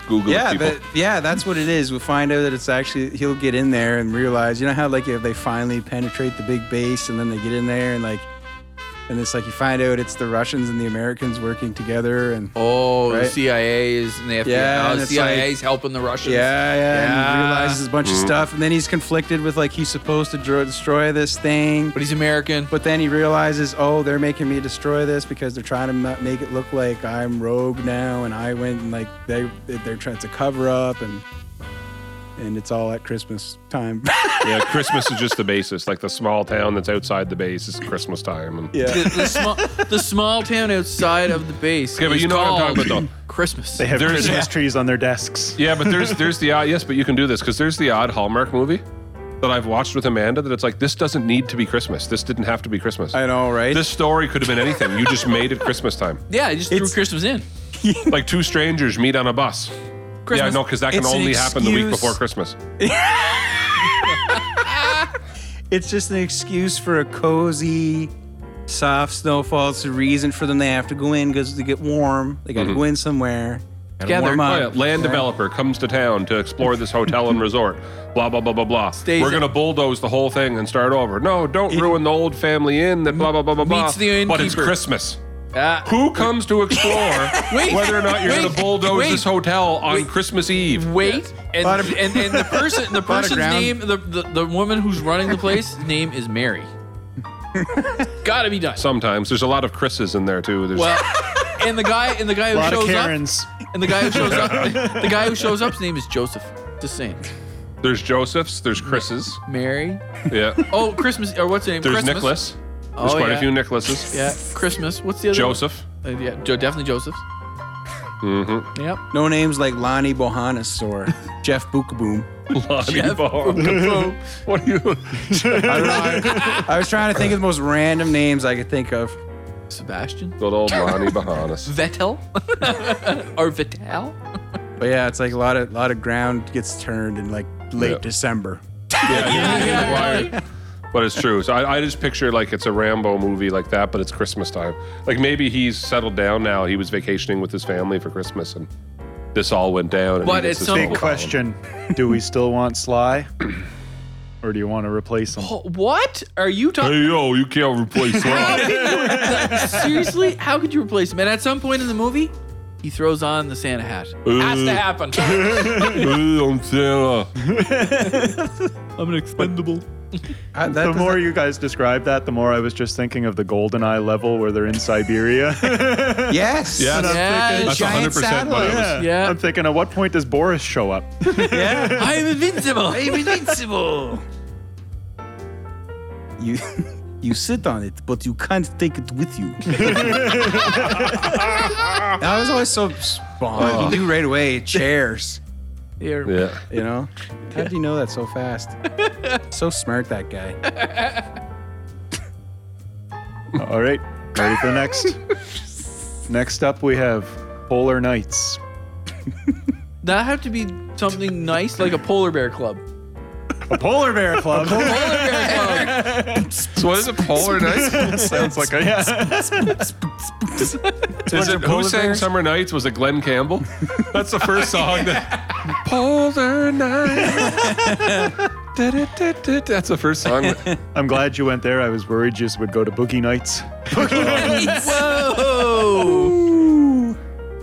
[SPEAKER 1] Google it,
[SPEAKER 2] yeah,
[SPEAKER 1] people.
[SPEAKER 2] but yeah, that's what it is. We find out that it's actually he'll get in there and realize, you know how like if they finally penetrate the big base and then they get in there and like And it's like you find out it's the Russians and the Americans working together, and
[SPEAKER 3] Oh, the
[SPEAKER 2] Right.
[SPEAKER 3] CIA is and the FBI.
[SPEAKER 2] Yeah,
[SPEAKER 3] oh,
[SPEAKER 2] and
[SPEAKER 3] the
[SPEAKER 2] it's
[SPEAKER 3] CIA
[SPEAKER 2] like-
[SPEAKER 3] is helping the Russians.
[SPEAKER 2] yeah, yeah, and
[SPEAKER 3] Yeah.
[SPEAKER 2] he realizes a bunch of
[SPEAKER 1] Mm.
[SPEAKER 2] stuff, and then he's conflicted with like he's supposed to dro- destroy this thing,
[SPEAKER 3] But he's American.
[SPEAKER 2] but then he realizes, oh, they're making me destroy this because they're trying to ma- make it look like I'm rogue now, and I went and like they they're trying to cover up, and and it's all at Christmas time.
[SPEAKER 1] Yeah, Christmas is just the basis. Like the small town that's outside the base is Christmas time. And
[SPEAKER 2] yeah.
[SPEAKER 3] the, the small, the small town outside of the base.
[SPEAKER 1] Okay, but
[SPEAKER 3] is
[SPEAKER 1] you know what
[SPEAKER 3] called
[SPEAKER 1] I'm talking about,
[SPEAKER 3] Christmas.
[SPEAKER 4] They have
[SPEAKER 1] There's-
[SPEAKER 4] Christmas trees on their desks.
[SPEAKER 1] Yeah, but there's there's the odd yes, but you can do this because there's the odd Hallmark movie that I've watched with Amanda that it's like this doesn't need to be Christmas. This didn't have to be Christmas.
[SPEAKER 2] I know, right?
[SPEAKER 1] This story could have been anything. You just made it Christmas time.
[SPEAKER 3] yeah, I just threw
[SPEAKER 2] It's-
[SPEAKER 3] Christmas in.
[SPEAKER 1] Like two strangers meet on a bus. Yeah,
[SPEAKER 3] Christmas.
[SPEAKER 1] no, because that can
[SPEAKER 2] It's an
[SPEAKER 1] only happen the week
[SPEAKER 2] excuse.
[SPEAKER 1] before Christmas.
[SPEAKER 2] it's just an excuse for a cozy, soft snowfall. It's a reason for them. They have to go in because they get warm. They got to go in somewhere. Gotta
[SPEAKER 3] Gather.
[SPEAKER 2] warm
[SPEAKER 1] Oh, yeah.
[SPEAKER 2] up.
[SPEAKER 1] Land developer comes to town to explore this hotel and resort. Blah blah blah blah blah.
[SPEAKER 3] Stays
[SPEAKER 1] We're
[SPEAKER 3] at-
[SPEAKER 1] gonna bulldoze the whole thing and start over. No, don't ruin the old family inn. That blah blah blah blah blah.
[SPEAKER 3] Meets the
[SPEAKER 1] but it's
[SPEAKER 3] innkeeper.
[SPEAKER 1] Christmas.
[SPEAKER 3] Ah.
[SPEAKER 1] Who comes to explore
[SPEAKER 3] Wait,
[SPEAKER 1] whether or not you're going
[SPEAKER 3] wait,
[SPEAKER 1] to bulldoze
[SPEAKER 3] wait.
[SPEAKER 1] this hotel on
[SPEAKER 3] Wait.
[SPEAKER 1] Christmas Eve?
[SPEAKER 3] Wait, and,
[SPEAKER 2] of-
[SPEAKER 3] and and the person the
[SPEAKER 2] of
[SPEAKER 3] person's
[SPEAKER 2] ground.
[SPEAKER 3] name the, the the woman who's running the place name is Mary. Gotta be done.
[SPEAKER 1] Sometimes there's a lot of Chris's in there too. There's
[SPEAKER 3] Well, and the guy and the guy
[SPEAKER 4] A
[SPEAKER 3] who
[SPEAKER 4] lot of
[SPEAKER 3] shows
[SPEAKER 4] Karens.
[SPEAKER 3] up and the guy who shows up the guy who shows up's name is Joseph. Just saying,
[SPEAKER 1] there's Joseph's, there's Chris's,
[SPEAKER 3] Mary.
[SPEAKER 1] yeah.
[SPEAKER 3] Oh, Christmas or what's her name?
[SPEAKER 1] There's
[SPEAKER 3] Christmas.
[SPEAKER 1] Nicholas. There's
[SPEAKER 3] Oh,
[SPEAKER 1] quite
[SPEAKER 3] yeah.
[SPEAKER 1] a few Nicholases.
[SPEAKER 3] Yeah, Christmas. What's the other?
[SPEAKER 1] Joseph.
[SPEAKER 3] One? Uh, yeah, Jo- definitely Joseph.
[SPEAKER 1] Mm-hmm.
[SPEAKER 3] Yep.
[SPEAKER 2] No names like Lonnie Bohannes or Jeff Bookaboom.
[SPEAKER 1] Lonnie
[SPEAKER 3] Jeff.
[SPEAKER 1] Baum. What are you?
[SPEAKER 2] I, don't know, I, I was trying to think of the most random names I could think of.
[SPEAKER 3] Sebastian.
[SPEAKER 1] Good old Lonnie Bahanas.
[SPEAKER 3] Vettel. or Vettel.
[SPEAKER 2] But yeah, it's like a lot of lot of ground gets turned in like late
[SPEAKER 1] Yeah.
[SPEAKER 2] December.
[SPEAKER 1] But it's true. So I, I just picture like it's a Rambo movie like that, but it's Christmas time. Like maybe he's settled down now. He was vacationing with his family for Christmas, and this all went down. And he
[SPEAKER 3] But at
[SPEAKER 1] gets his
[SPEAKER 3] some- Big
[SPEAKER 1] phone call.
[SPEAKER 4] Big question. Do we still want Sly? Or do you want to replace him?
[SPEAKER 3] Oh, What are you talking?
[SPEAKER 1] Hey yo, you can't replace Sly.
[SPEAKER 3] Seriously, how could you replace him? And at some point in the movie, he throws on the Santa hat. Has to happen.
[SPEAKER 1] I'm Santa.
[SPEAKER 3] I'm an expendable.
[SPEAKER 2] I, that
[SPEAKER 4] The
[SPEAKER 2] doesn't-
[SPEAKER 4] more you guys describe that, the more I was just thinking of the golden eye level where they're in Siberia.
[SPEAKER 2] yes.
[SPEAKER 1] Yeah, that's,
[SPEAKER 3] Yeah,
[SPEAKER 1] that's
[SPEAKER 2] giant
[SPEAKER 1] 100% what I was.
[SPEAKER 4] yeah.
[SPEAKER 3] Yeah.
[SPEAKER 4] I'm thinking, at what point does Boris show up?
[SPEAKER 3] I'm invincible. I'm invincible.
[SPEAKER 2] You you sit on it, but you can't take it with you. I was always so spawned. You knew right away chairs.
[SPEAKER 3] Here.
[SPEAKER 1] Yeah.
[SPEAKER 2] You know? How do you know that so fast? so smart that guy.
[SPEAKER 4] All right, ready for next. next up, we have Polar Nights.
[SPEAKER 3] That have to be something nice, like a polar bear club.
[SPEAKER 4] A polar bear club.
[SPEAKER 3] Polar bear club.
[SPEAKER 1] So what is it, Polar Nights?
[SPEAKER 4] Sounds like a yeah.
[SPEAKER 1] Is it who sang Summer Nights? Was it Glenn Campbell? That's the first song that. Polar Nights. Da-da-da-da-da. That's the first song. that-
[SPEAKER 4] I'm glad you went there. I was worried you just would go to Boogie Nights.
[SPEAKER 3] Whoa.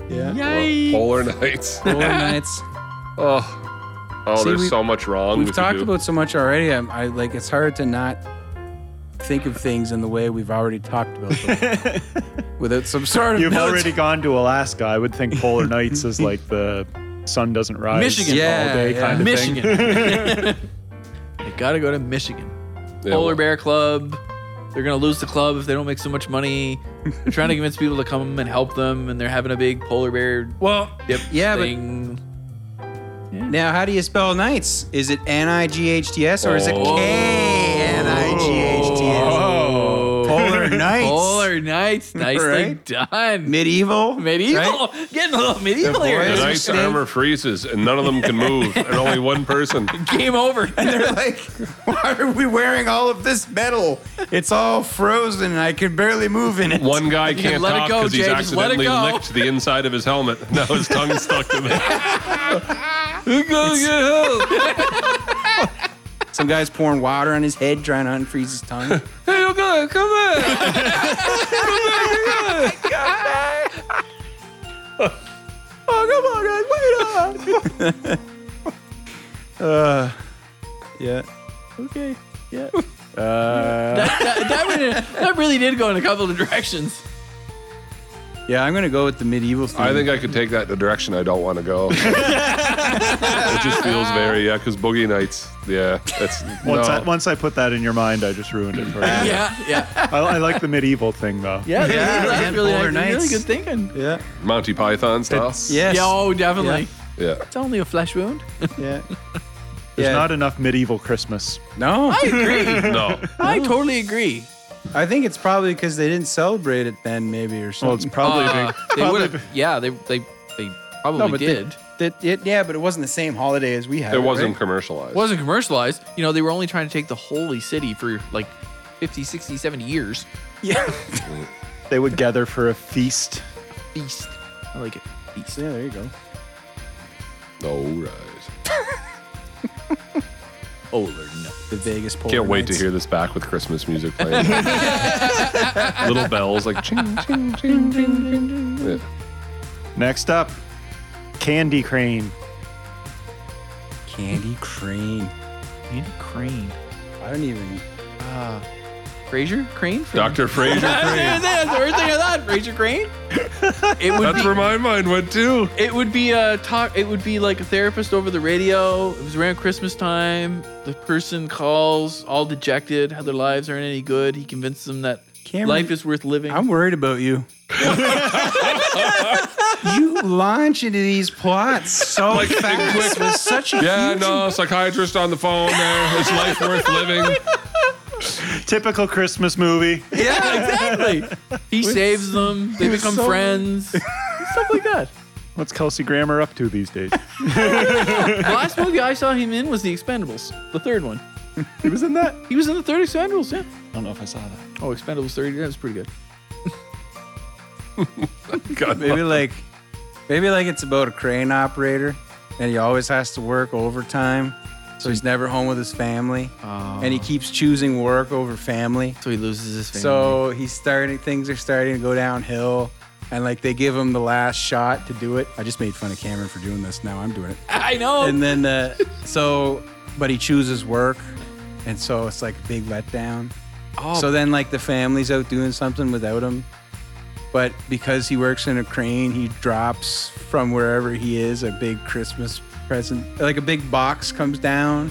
[SPEAKER 2] Yeah.
[SPEAKER 3] Yikes.
[SPEAKER 1] Polar Nights.
[SPEAKER 2] Polar nights.
[SPEAKER 1] Oh, oh,
[SPEAKER 2] See,
[SPEAKER 1] there's
[SPEAKER 2] we-
[SPEAKER 1] so much wrong. we
[SPEAKER 2] We've
[SPEAKER 1] could
[SPEAKER 2] talked
[SPEAKER 1] do.
[SPEAKER 2] about so much already. I'm, I like it's hard to not think of things in the way we've already talked about them. Without some sort of
[SPEAKER 4] You've
[SPEAKER 2] notes.
[SPEAKER 4] already gone to Alaska. I would think Polar Nights is like the sun doesn't rise.
[SPEAKER 3] Michigan.
[SPEAKER 2] Yeah,
[SPEAKER 4] all day
[SPEAKER 2] yeah.
[SPEAKER 4] kind of
[SPEAKER 3] Michigan.
[SPEAKER 4] thing.
[SPEAKER 3] they gotta go to Michigan.
[SPEAKER 1] Yeah,
[SPEAKER 3] Polar
[SPEAKER 1] well,
[SPEAKER 3] Bear Club. They're gonna lose the club if they don't make so much money. They're trying to convince people to come and help them, and they're having a big polar bear
[SPEAKER 2] Well,
[SPEAKER 3] dip
[SPEAKER 2] yeah, but
[SPEAKER 3] thing.
[SPEAKER 2] Now, how do you spell nights? Is it N I G H T S or is it
[SPEAKER 1] Oh.
[SPEAKER 2] K N I G H T S?
[SPEAKER 3] Oh.
[SPEAKER 2] Polar nights.
[SPEAKER 3] Polar nights, nicely
[SPEAKER 2] Right?
[SPEAKER 3] done.
[SPEAKER 2] Medieval.
[SPEAKER 3] medieval,
[SPEAKER 2] right?
[SPEAKER 3] getting a little medieval
[SPEAKER 1] The
[SPEAKER 2] boys-
[SPEAKER 3] here.
[SPEAKER 1] knight's armor freezes and none of them can move, and only one person.
[SPEAKER 3] Game over.
[SPEAKER 2] They're like, why are we wearing all of this metal? It's all frozen and I can barely move in it.
[SPEAKER 1] One guy
[SPEAKER 3] can
[SPEAKER 1] can't
[SPEAKER 3] let it
[SPEAKER 1] talk
[SPEAKER 3] go,
[SPEAKER 1] because he's
[SPEAKER 3] Jay, just let it
[SPEAKER 1] accidentally
[SPEAKER 3] go.
[SPEAKER 1] licked the inside of his helmet. Now his tongue's stuck to it.
[SPEAKER 2] Some guy's pouring water on his head trying to unfreeze his tongue.
[SPEAKER 1] Hey, real good. Come on.
[SPEAKER 4] Uh, yeah. Okay. Yeah. Uh,
[SPEAKER 3] That, that, that, really, that really did go in a couple of directions.
[SPEAKER 2] Yeah, I'm gonna go with the medieval theme.
[SPEAKER 1] I think I could take that the direction I don't want to go. it just feels very yeah, because boogie nights. Yeah, that's
[SPEAKER 4] once,
[SPEAKER 1] no.
[SPEAKER 4] I, once I put that in your mind, I just ruined it for you.
[SPEAKER 3] Yeah, yeah,
[SPEAKER 4] I, I like the medieval thing though.
[SPEAKER 3] yeah. That's
[SPEAKER 2] and
[SPEAKER 3] really,
[SPEAKER 2] Polar
[SPEAKER 3] that's really
[SPEAKER 2] Nights.
[SPEAKER 3] good thinking.
[SPEAKER 4] Yeah.
[SPEAKER 1] Monty Python style.
[SPEAKER 2] yes.
[SPEAKER 3] Yeah, oh, definitely.
[SPEAKER 1] Yeah.
[SPEAKER 3] It's only a flesh wound.
[SPEAKER 4] Yeah. There's
[SPEAKER 2] Yeah.
[SPEAKER 4] not enough medieval Christmas.
[SPEAKER 2] No,
[SPEAKER 3] I agree.
[SPEAKER 1] No.
[SPEAKER 3] I totally agree.
[SPEAKER 2] I think it's probably because they didn't celebrate it then, maybe or
[SPEAKER 4] Well, it's
[SPEAKER 2] something.
[SPEAKER 4] probably
[SPEAKER 3] Uh, they
[SPEAKER 4] probably
[SPEAKER 3] would have. Yeah, they they they probably
[SPEAKER 2] No, but they-
[SPEAKER 3] did.
[SPEAKER 2] That- it- yeah, but it wasn't the same holiday as we had.
[SPEAKER 1] It wasn't
[SPEAKER 2] right?
[SPEAKER 1] commercialized.
[SPEAKER 3] It wasn't commercialized. You know, they were only trying to take the holy city for like 50, 60, 70 years.
[SPEAKER 2] Yeah.
[SPEAKER 4] they would gather for a feast.
[SPEAKER 3] Feast. I like it. Feast.
[SPEAKER 4] Yeah, there you go.
[SPEAKER 1] All right.
[SPEAKER 3] Oh, Lord, no.
[SPEAKER 2] The Vegas polar.
[SPEAKER 1] Can't wait to
[SPEAKER 2] nights.
[SPEAKER 1] hear this back with Christmas music playing. Little bells like ching ching ching ching ching. ching. Yeah.
[SPEAKER 4] Next up, Candy Crane.
[SPEAKER 2] Candy Crane.
[SPEAKER 3] Andy Crane.
[SPEAKER 2] I don't even.
[SPEAKER 3] Uh, Fraser Crane? From-
[SPEAKER 1] Dr. Fraser
[SPEAKER 3] I was gonna say,
[SPEAKER 1] Crane.
[SPEAKER 3] that's the first thing I thought. Fraser Crane? It would
[SPEAKER 1] That's
[SPEAKER 3] be.
[SPEAKER 1] where my mind went too.
[SPEAKER 3] It would be a talk. It would be like a therapist over the radio. It was around Christmas time. The person calls, all dejected, how their lives aren't any good. He convinces them that
[SPEAKER 2] Cameron,
[SPEAKER 3] life is worth living.
[SPEAKER 2] I'm worried about you. you launch into these plots so
[SPEAKER 1] Like,
[SPEAKER 2] fast
[SPEAKER 1] quick-
[SPEAKER 2] with such a
[SPEAKER 1] Yeah,
[SPEAKER 2] huge
[SPEAKER 1] no, psychiatrist on the phone there. Is life worth living?
[SPEAKER 4] Typical Christmas movie.
[SPEAKER 3] yeah, exactly. He saves them. They become
[SPEAKER 2] so-
[SPEAKER 3] friends. Stuff like that.
[SPEAKER 4] What's Kelsey Grammer up to these days?
[SPEAKER 3] The last movie I saw him in was The Expendables, the third one.
[SPEAKER 4] he was in that.
[SPEAKER 3] He was in the third Expendables, yeah.
[SPEAKER 4] I don't know if I saw that.
[SPEAKER 3] Oh, Expendables 30, that was pretty good.
[SPEAKER 1] God,
[SPEAKER 2] maybe like maybe like it's about a crane operator and he always has to work overtime so he's never home with his family and he keeps choosing work over family
[SPEAKER 3] So he loses his family.
[SPEAKER 2] so he's starting things are starting to go downhill and like they give him the last shot to do it i just made fun of cameron for doing this now i'm doing it
[SPEAKER 3] I know.
[SPEAKER 2] and then uh, so but he chooses work and so it's like a big letdown
[SPEAKER 3] oh,
[SPEAKER 2] so then, like, the family's out doing something without him. But because he works in a crane, he drops from wherever he is a big Christmas present. Like, a big box comes down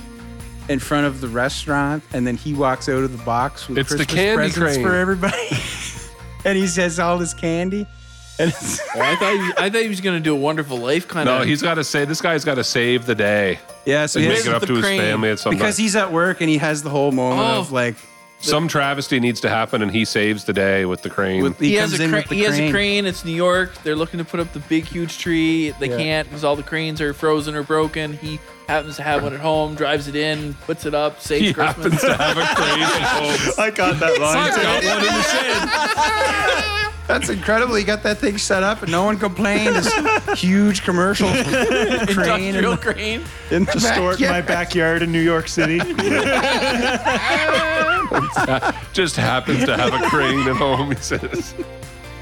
[SPEAKER 2] in front of the restaurant, and then he walks out of the box with
[SPEAKER 1] It's the
[SPEAKER 2] Christmas
[SPEAKER 1] candy
[SPEAKER 2] presents
[SPEAKER 1] crane.
[SPEAKER 2] for everybody. and he says all this candy. And it's,
[SPEAKER 3] Oh, I, thought he, I thought he was going to do a wonderful life kind
[SPEAKER 1] no,
[SPEAKER 3] of.
[SPEAKER 1] he's got to say this guy's got to save the day.
[SPEAKER 2] yeah, so he
[SPEAKER 1] Make
[SPEAKER 2] has,
[SPEAKER 1] it up
[SPEAKER 3] the
[SPEAKER 1] to his
[SPEAKER 3] crane.
[SPEAKER 1] family at some
[SPEAKER 2] because
[SPEAKER 1] time.
[SPEAKER 2] he's at work and he has the whole moment
[SPEAKER 3] Oh.
[SPEAKER 2] of like,
[SPEAKER 1] some travesty needs to happen, and he saves the day with the crane.
[SPEAKER 2] with, he,
[SPEAKER 3] He,
[SPEAKER 2] comes
[SPEAKER 3] has a
[SPEAKER 2] in
[SPEAKER 3] cra-
[SPEAKER 2] with the
[SPEAKER 3] he
[SPEAKER 2] crane.
[SPEAKER 3] has a crane. It's New York. They're looking to put up the big, huge tree. They
[SPEAKER 2] Yeah.
[SPEAKER 3] can't because all the cranes are frozen or broken. He happens to have one at home, drives it in, puts it up, saves
[SPEAKER 1] he
[SPEAKER 3] Christmas.
[SPEAKER 1] happens to have a crane at home.
[SPEAKER 4] I got that line.
[SPEAKER 1] I've
[SPEAKER 4] too.
[SPEAKER 1] got one in the
[SPEAKER 2] That's incredible. You got that thing set up and no one complained. This huge commercial crane.
[SPEAKER 3] Industrial
[SPEAKER 2] And
[SPEAKER 3] crane.
[SPEAKER 2] in the
[SPEAKER 4] Just store it in my backyard in New York City.
[SPEAKER 1] shed. Just happens to have a crane at home. He says,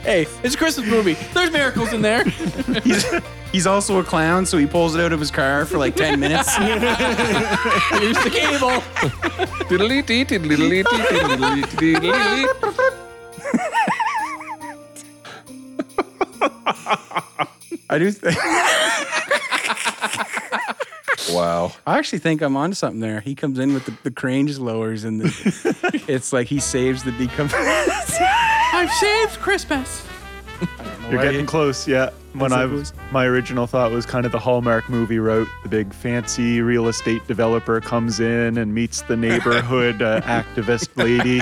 [SPEAKER 3] Hey, it's a Christmas movie. There's miracles in there.
[SPEAKER 2] He's, he's also a clown, so he pulls it out of his car for like 10 minutes.
[SPEAKER 3] Here's the cable.
[SPEAKER 1] "Diddly dee, diddly dee, diddly dee, diddly dee."
[SPEAKER 2] I do. Th- I
[SPEAKER 1] Wow.
[SPEAKER 2] actually think I'm onto something there. He comes in with the, the crane just lowers and the, it's like he saves the decom.
[SPEAKER 3] I've saved Christmas.
[SPEAKER 4] You're getting close, yeah. When I
[SPEAKER 2] so
[SPEAKER 4] was, my original thought was kind of the Hallmark movie route. The big fancy real estate developer comes in and meets the neighborhood uh, activist lady,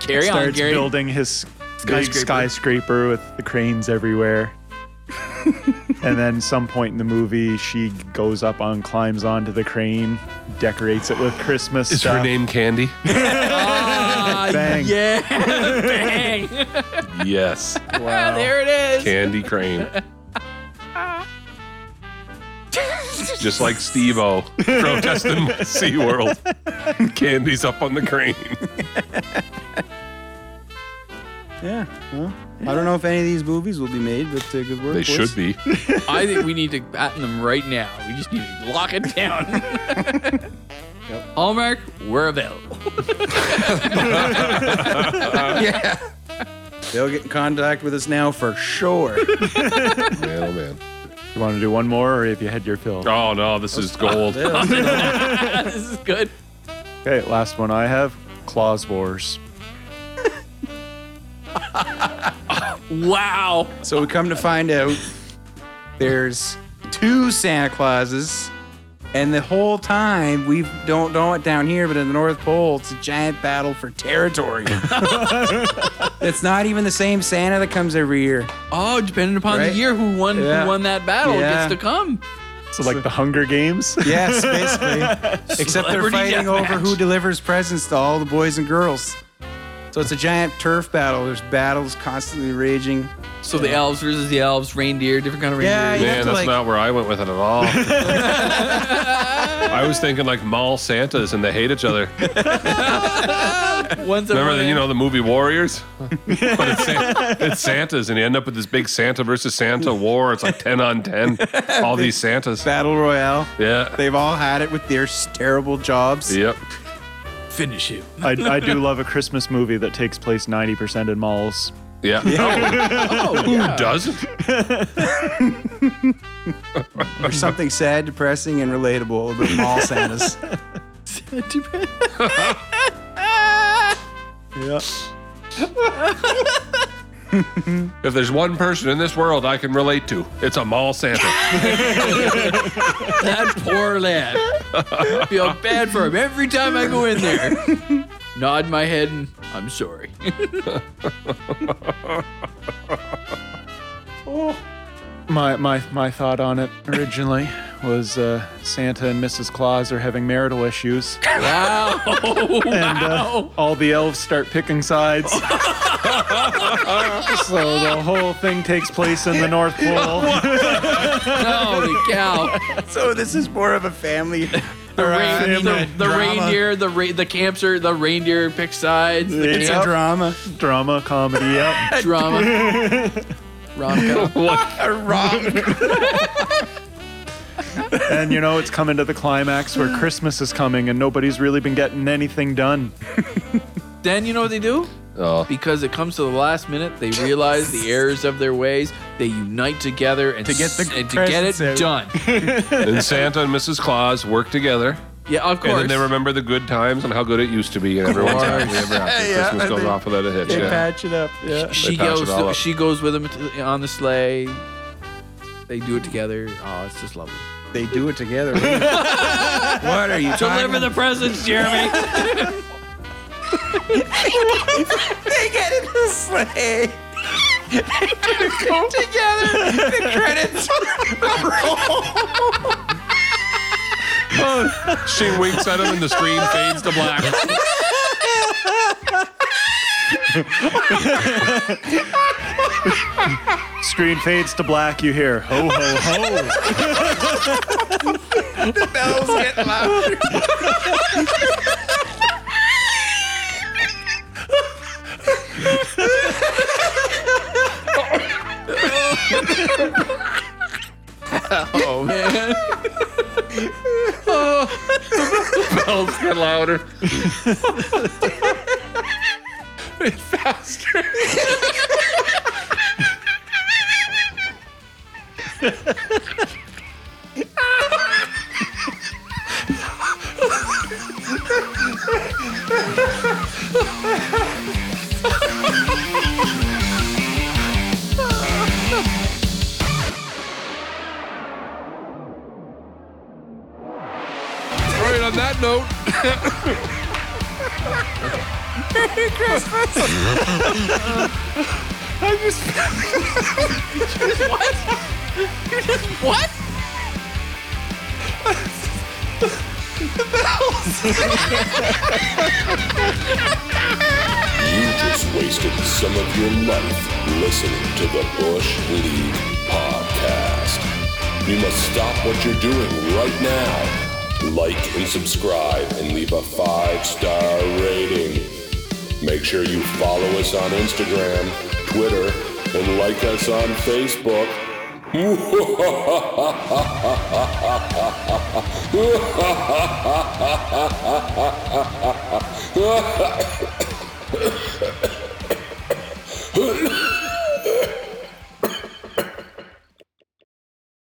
[SPEAKER 3] Carry on,
[SPEAKER 4] starts
[SPEAKER 3] Gary.
[SPEAKER 4] building his big
[SPEAKER 3] Skyscraper.
[SPEAKER 4] skyscraper with the cranes everywhere. and then some point in the movie, she goes up on, climbs onto the crane, decorates it with Christmas
[SPEAKER 1] Is
[SPEAKER 4] stuff.
[SPEAKER 1] her name Candy?
[SPEAKER 3] Ah,
[SPEAKER 4] Bang.
[SPEAKER 3] Yeah, bang.
[SPEAKER 1] yes.
[SPEAKER 3] Oh. there it is.
[SPEAKER 1] Candy Crane. just like Steve O protesting SeaWorld. Candy's up on the crane.
[SPEAKER 2] Yeah. Well, I don't know if any of these movies will be made, but uh, good work.
[SPEAKER 1] They
[SPEAKER 2] boys.
[SPEAKER 1] should be.
[SPEAKER 3] I think we need to batten them right now. We just need to lock it down. Hallmark, we're available.
[SPEAKER 5] yeah.
[SPEAKER 2] They'll get in contact with us now for sure.
[SPEAKER 1] Man, oh man.
[SPEAKER 4] You want to do one more, or if you had your fill?
[SPEAKER 1] Oh no, this is gold.
[SPEAKER 3] this is good.
[SPEAKER 4] Okay, last one I have Claws Wars.
[SPEAKER 3] Wow.
[SPEAKER 2] so we come to find out there's two Santa Clauses, and the whole time we don't know it down here, but in the North Pole, it's a giant battle for territory. it's not even the same Santa that comes every year.
[SPEAKER 3] Oh, depending upon
[SPEAKER 2] Right?
[SPEAKER 3] the year who won
[SPEAKER 2] Yeah.
[SPEAKER 3] who won that battle
[SPEAKER 2] Yeah.
[SPEAKER 3] gets to come.
[SPEAKER 4] So, like the Hunger Games?
[SPEAKER 2] Yes, basically. Except they're
[SPEAKER 3] Celebrity
[SPEAKER 2] fighting
[SPEAKER 3] deathmatch.
[SPEAKER 2] over who delivers presents to all the boys and girls. So it's a giant turf battle. There's battles constantly raging.
[SPEAKER 3] So the elves versus the elves, reindeer, different kind of reindeer.
[SPEAKER 2] Yeah, You have
[SPEAKER 1] Man,
[SPEAKER 2] to,
[SPEAKER 1] that's
[SPEAKER 2] like-
[SPEAKER 1] not where I went with it at all. I was thinking like mall Santas and they hate each other.
[SPEAKER 3] One's a
[SPEAKER 1] Remember, the,
[SPEAKER 3] running-
[SPEAKER 1] you know, the movie Warriors? but it's, San- it's Santas, and you end up with this big Santa versus Santa war. It's like 10 on 10. All these Santas.
[SPEAKER 2] Battle Royale.
[SPEAKER 1] Yeah.
[SPEAKER 2] They've all had it with their s- terrible jobs.
[SPEAKER 1] Yep.
[SPEAKER 3] finish him.
[SPEAKER 4] I, I do love a Christmas movie that takes place 90% in malls.
[SPEAKER 1] Yeah.
[SPEAKER 3] Oh,
[SPEAKER 1] Who doesn't?
[SPEAKER 2] Or something sad, depressing, and relatable about mall Santas.
[SPEAKER 4] Yeah.
[SPEAKER 1] If there's one person in this world I can relate to, it's a mall Santa.
[SPEAKER 3] that poor lad. I feel bad for him every time I go in there. Nod my head and I'm sorry.
[SPEAKER 4] My, my, my thought on it originally was uh, Santa and Mrs. Claus are having marital issues,
[SPEAKER 3] Wow.
[SPEAKER 4] and uh,
[SPEAKER 3] Wow.
[SPEAKER 4] all the elves start picking sides. so the whole thing takes place in the North Pole.
[SPEAKER 3] Holy cow.
[SPEAKER 2] so this is more of a family.
[SPEAKER 3] The,
[SPEAKER 2] or, uh,
[SPEAKER 3] rein-
[SPEAKER 2] I mean,
[SPEAKER 3] the-
[SPEAKER 2] a
[SPEAKER 3] the
[SPEAKER 2] drama.
[SPEAKER 3] reindeer, the ra- the camper, the reindeer pick sides, the
[SPEAKER 2] It's
[SPEAKER 3] camp-
[SPEAKER 2] a drama.
[SPEAKER 4] Drama, comedy, yep.
[SPEAKER 3] drama. Rom-com.
[SPEAKER 1] What?
[SPEAKER 4] And you know, it's coming to the climax where Christmas is coming and nobody's really been getting anything done.
[SPEAKER 3] Then you know what they do?
[SPEAKER 1] Oh.
[SPEAKER 3] Because it comes to the last minute, they realize the errors of their ways. They unite together and to
[SPEAKER 2] get the
[SPEAKER 3] and to get
[SPEAKER 2] presents
[SPEAKER 3] it
[SPEAKER 2] out.
[SPEAKER 3] done.
[SPEAKER 1] And Santa and Mrs. Claus work together,
[SPEAKER 3] Yeah, of
[SPEAKER 1] and
[SPEAKER 3] course.
[SPEAKER 1] then they remember the good times and how good it used to be, and everyone's happy ever after.
[SPEAKER 2] Yeah,
[SPEAKER 1] Christmas
[SPEAKER 2] I
[SPEAKER 1] goes
[SPEAKER 2] think-
[SPEAKER 1] off without a hitch.
[SPEAKER 2] They
[SPEAKER 1] Yeah.
[SPEAKER 2] patch it up. Yeah.
[SPEAKER 3] she
[SPEAKER 1] patch it
[SPEAKER 3] goes.
[SPEAKER 1] all up.
[SPEAKER 3] She goes with him to- on the sleigh. They do it together. Oh, it's just lovely.
[SPEAKER 2] They do it together. what are you talking
[SPEAKER 3] Deliver the presents, Jeremy.
[SPEAKER 5] They get in the sleigh. together. The credits roll.
[SPEAKER 1] She winks at him, and the screen fades to black.
[SPEAKER 4] Screen fades to black, you hear ho ho ho.
[SPEAKER 5] Bells get louder.
[SPEAKER 3] oh man.
[SPEAKER 1] Bells get louder. All right. On that note,
[SPEAKER 3] What?
[SPEAKER 6] You just wasted some of your life listening to the Bush League Podcast. You must stop what you're doing right now. Like and subscribe and leave a five star rating. Make sure you follow us on Instagram, Twitter, and like us on Facebook.